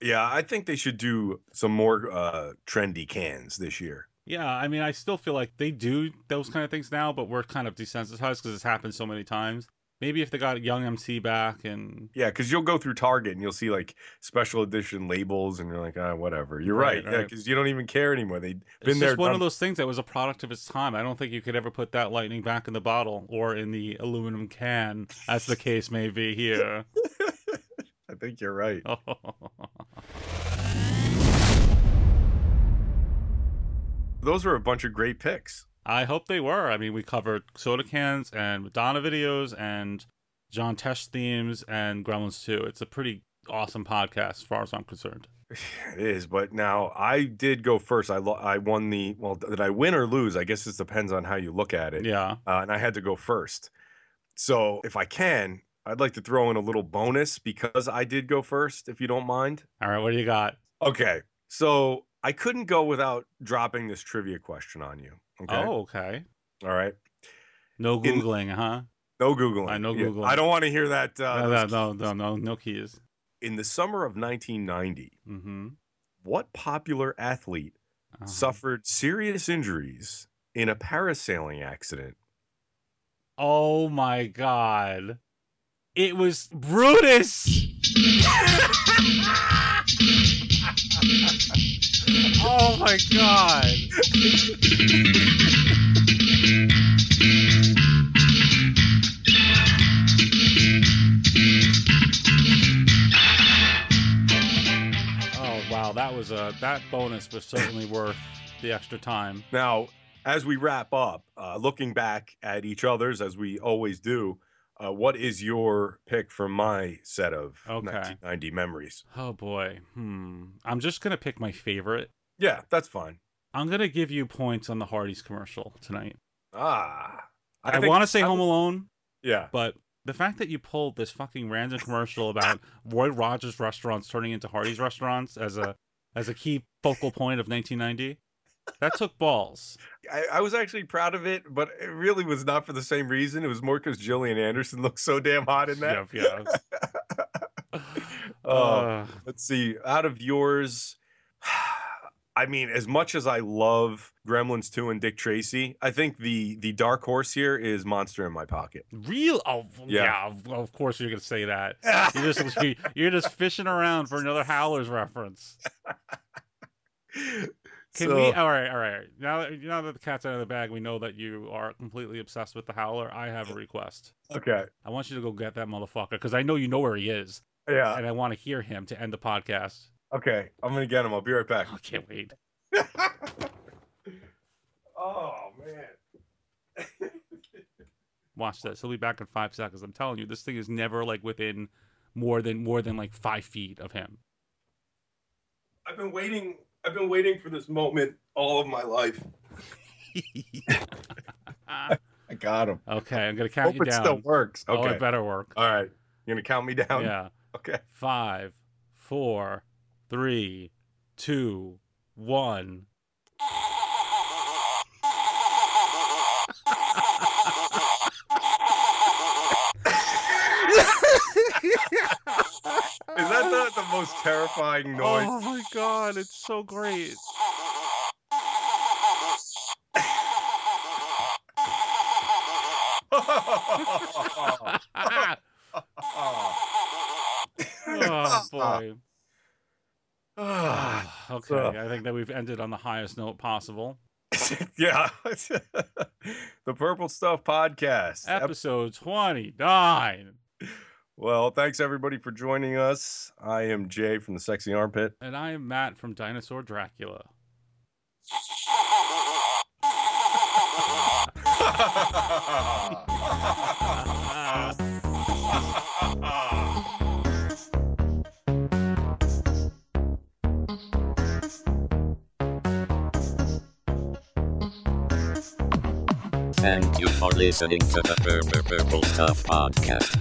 Yeah, I think they should do some more uh trendy cans this year.
Yeah, I mean, I still feel like they do those kind of things now, but we're kind of desensitized because it's happened so many times. Maybe if they got Young MC back and
Yeah, because you'll go through Target and you'll see like special edition labels, and you're like, ah, whatever. You're
Right,
right. Yeah, 'cause
right.
because you don't even care anymore. They've
it's
been
just
there.
one
done
of those things that was a product of its time. I don't think you could ever put that lightning back in the bottle or in the aluminum can, as the case may be here. <laughs>
I think you're
Oh.
right. Those were a bunch of great picks.
I hope they were. I mean, we covered soda cans and Madonna videos and John Tesh themes and Gremlins 2. It's a pretty awesome podcast as far as I'm concerned.
It is, but now I did go first. I lo- I won the well. Did I win or lose? I guess this depends on how you look at it.
Yeah.
Uh, and I had to go first. So if I can, I'd like to throw in a little bonus because I did go first. If you don't mind.
All right, what do you got?
Okay, so I couldn't go without dropping this trivia question on you. Okay.
Oh, okay.
All right.
No
In-
Googling, huh?
No Googling.
I know
Yeah,
Googling.
I don't want to hear that. Uh,
No, no,
those-
no, no, no, no keys.
In the summer of 1990,
Mm-hmm.
what popular athlete
Uh-huh.
suffered serious injuries in a parasailing accident?
Oh my god. It was Brutus. <laughs> oh my god. Oh wow, that was a that bonus was certainly worth the extra time.
Now, as we wrap up, uh, looking back at each other's as we always do, uh, what is your pick from my set of
Okay.
1990 memories?
Oh boy. Hmm. I'm just gonna pick my favorite.
Yeah, that's fine.
I'm gonna give you points on the Hardee's commercial tonight.
Ah,
I,
think-
want to say Home Alone,
Yeah,
but the fact that you pulled this fucking random commercial about Roy Rogers restaurants turning into Hardee's restaurants as a as a key focal point of 1990, that took balls.
I, I was actually proud of it, but it really was not for the same reason. It was more because Gillian Anderson <laughs> looked so damn hot in that.
Yep,
Uh,
Uh.
let's see. Out of yours, <sighs> I mean, as much as I love Gremlins 2 and Dick Tracy, I think the the dark horse here is Monster in My Pocket.
Real, oh, yeah.
Yeah.
of- of course you're gonna say that. You're just <laughs> you're just fishing around for another
<laughs>
Howlers reference. Can we?
So-
All right, all right. Now that now that the cat's out of the bag, we know that you are completely obsessed with the Howler. I have a request.
Okay.
I want you to go get that motherfucker because I know you know where he is.
Yeah.
And I want to hear him to end the podcast. <laughs>
Okay. I'm going to get him. I'll be right back.
I can't wait.
Oh, man.
Watch this. He'll be back in five seconds. I'm telling you, this thing is never like within more than more than like five feet of him.
I've been waiting. I've been waiting for this moment all of my life. <laughs>
<laughs>
I got him.
Okay, I'm gonna count
Hope
you
it
down.
still works.
Oh,
Okay.
it better work.
All right. You're gonna count me down.
Yeah.
<laughs> Okay.
Five, four, three, two, one.
Is that the, the most terrifying noise.
Oh my god, it's so <laughs> great. oh boy. Ah, okay, I think that we've ended on the highest note possible.
<laughs> yeah. <laughs> the Purple Stuff Podcast.
Episode 29.
Well, thanks everybody for joining us. I am Jay from the Sexy Armpit. <laughs>
And I am Matt from Dinosaur Dracula.
Thank you for listening to the Purple Purple Stuff podcast.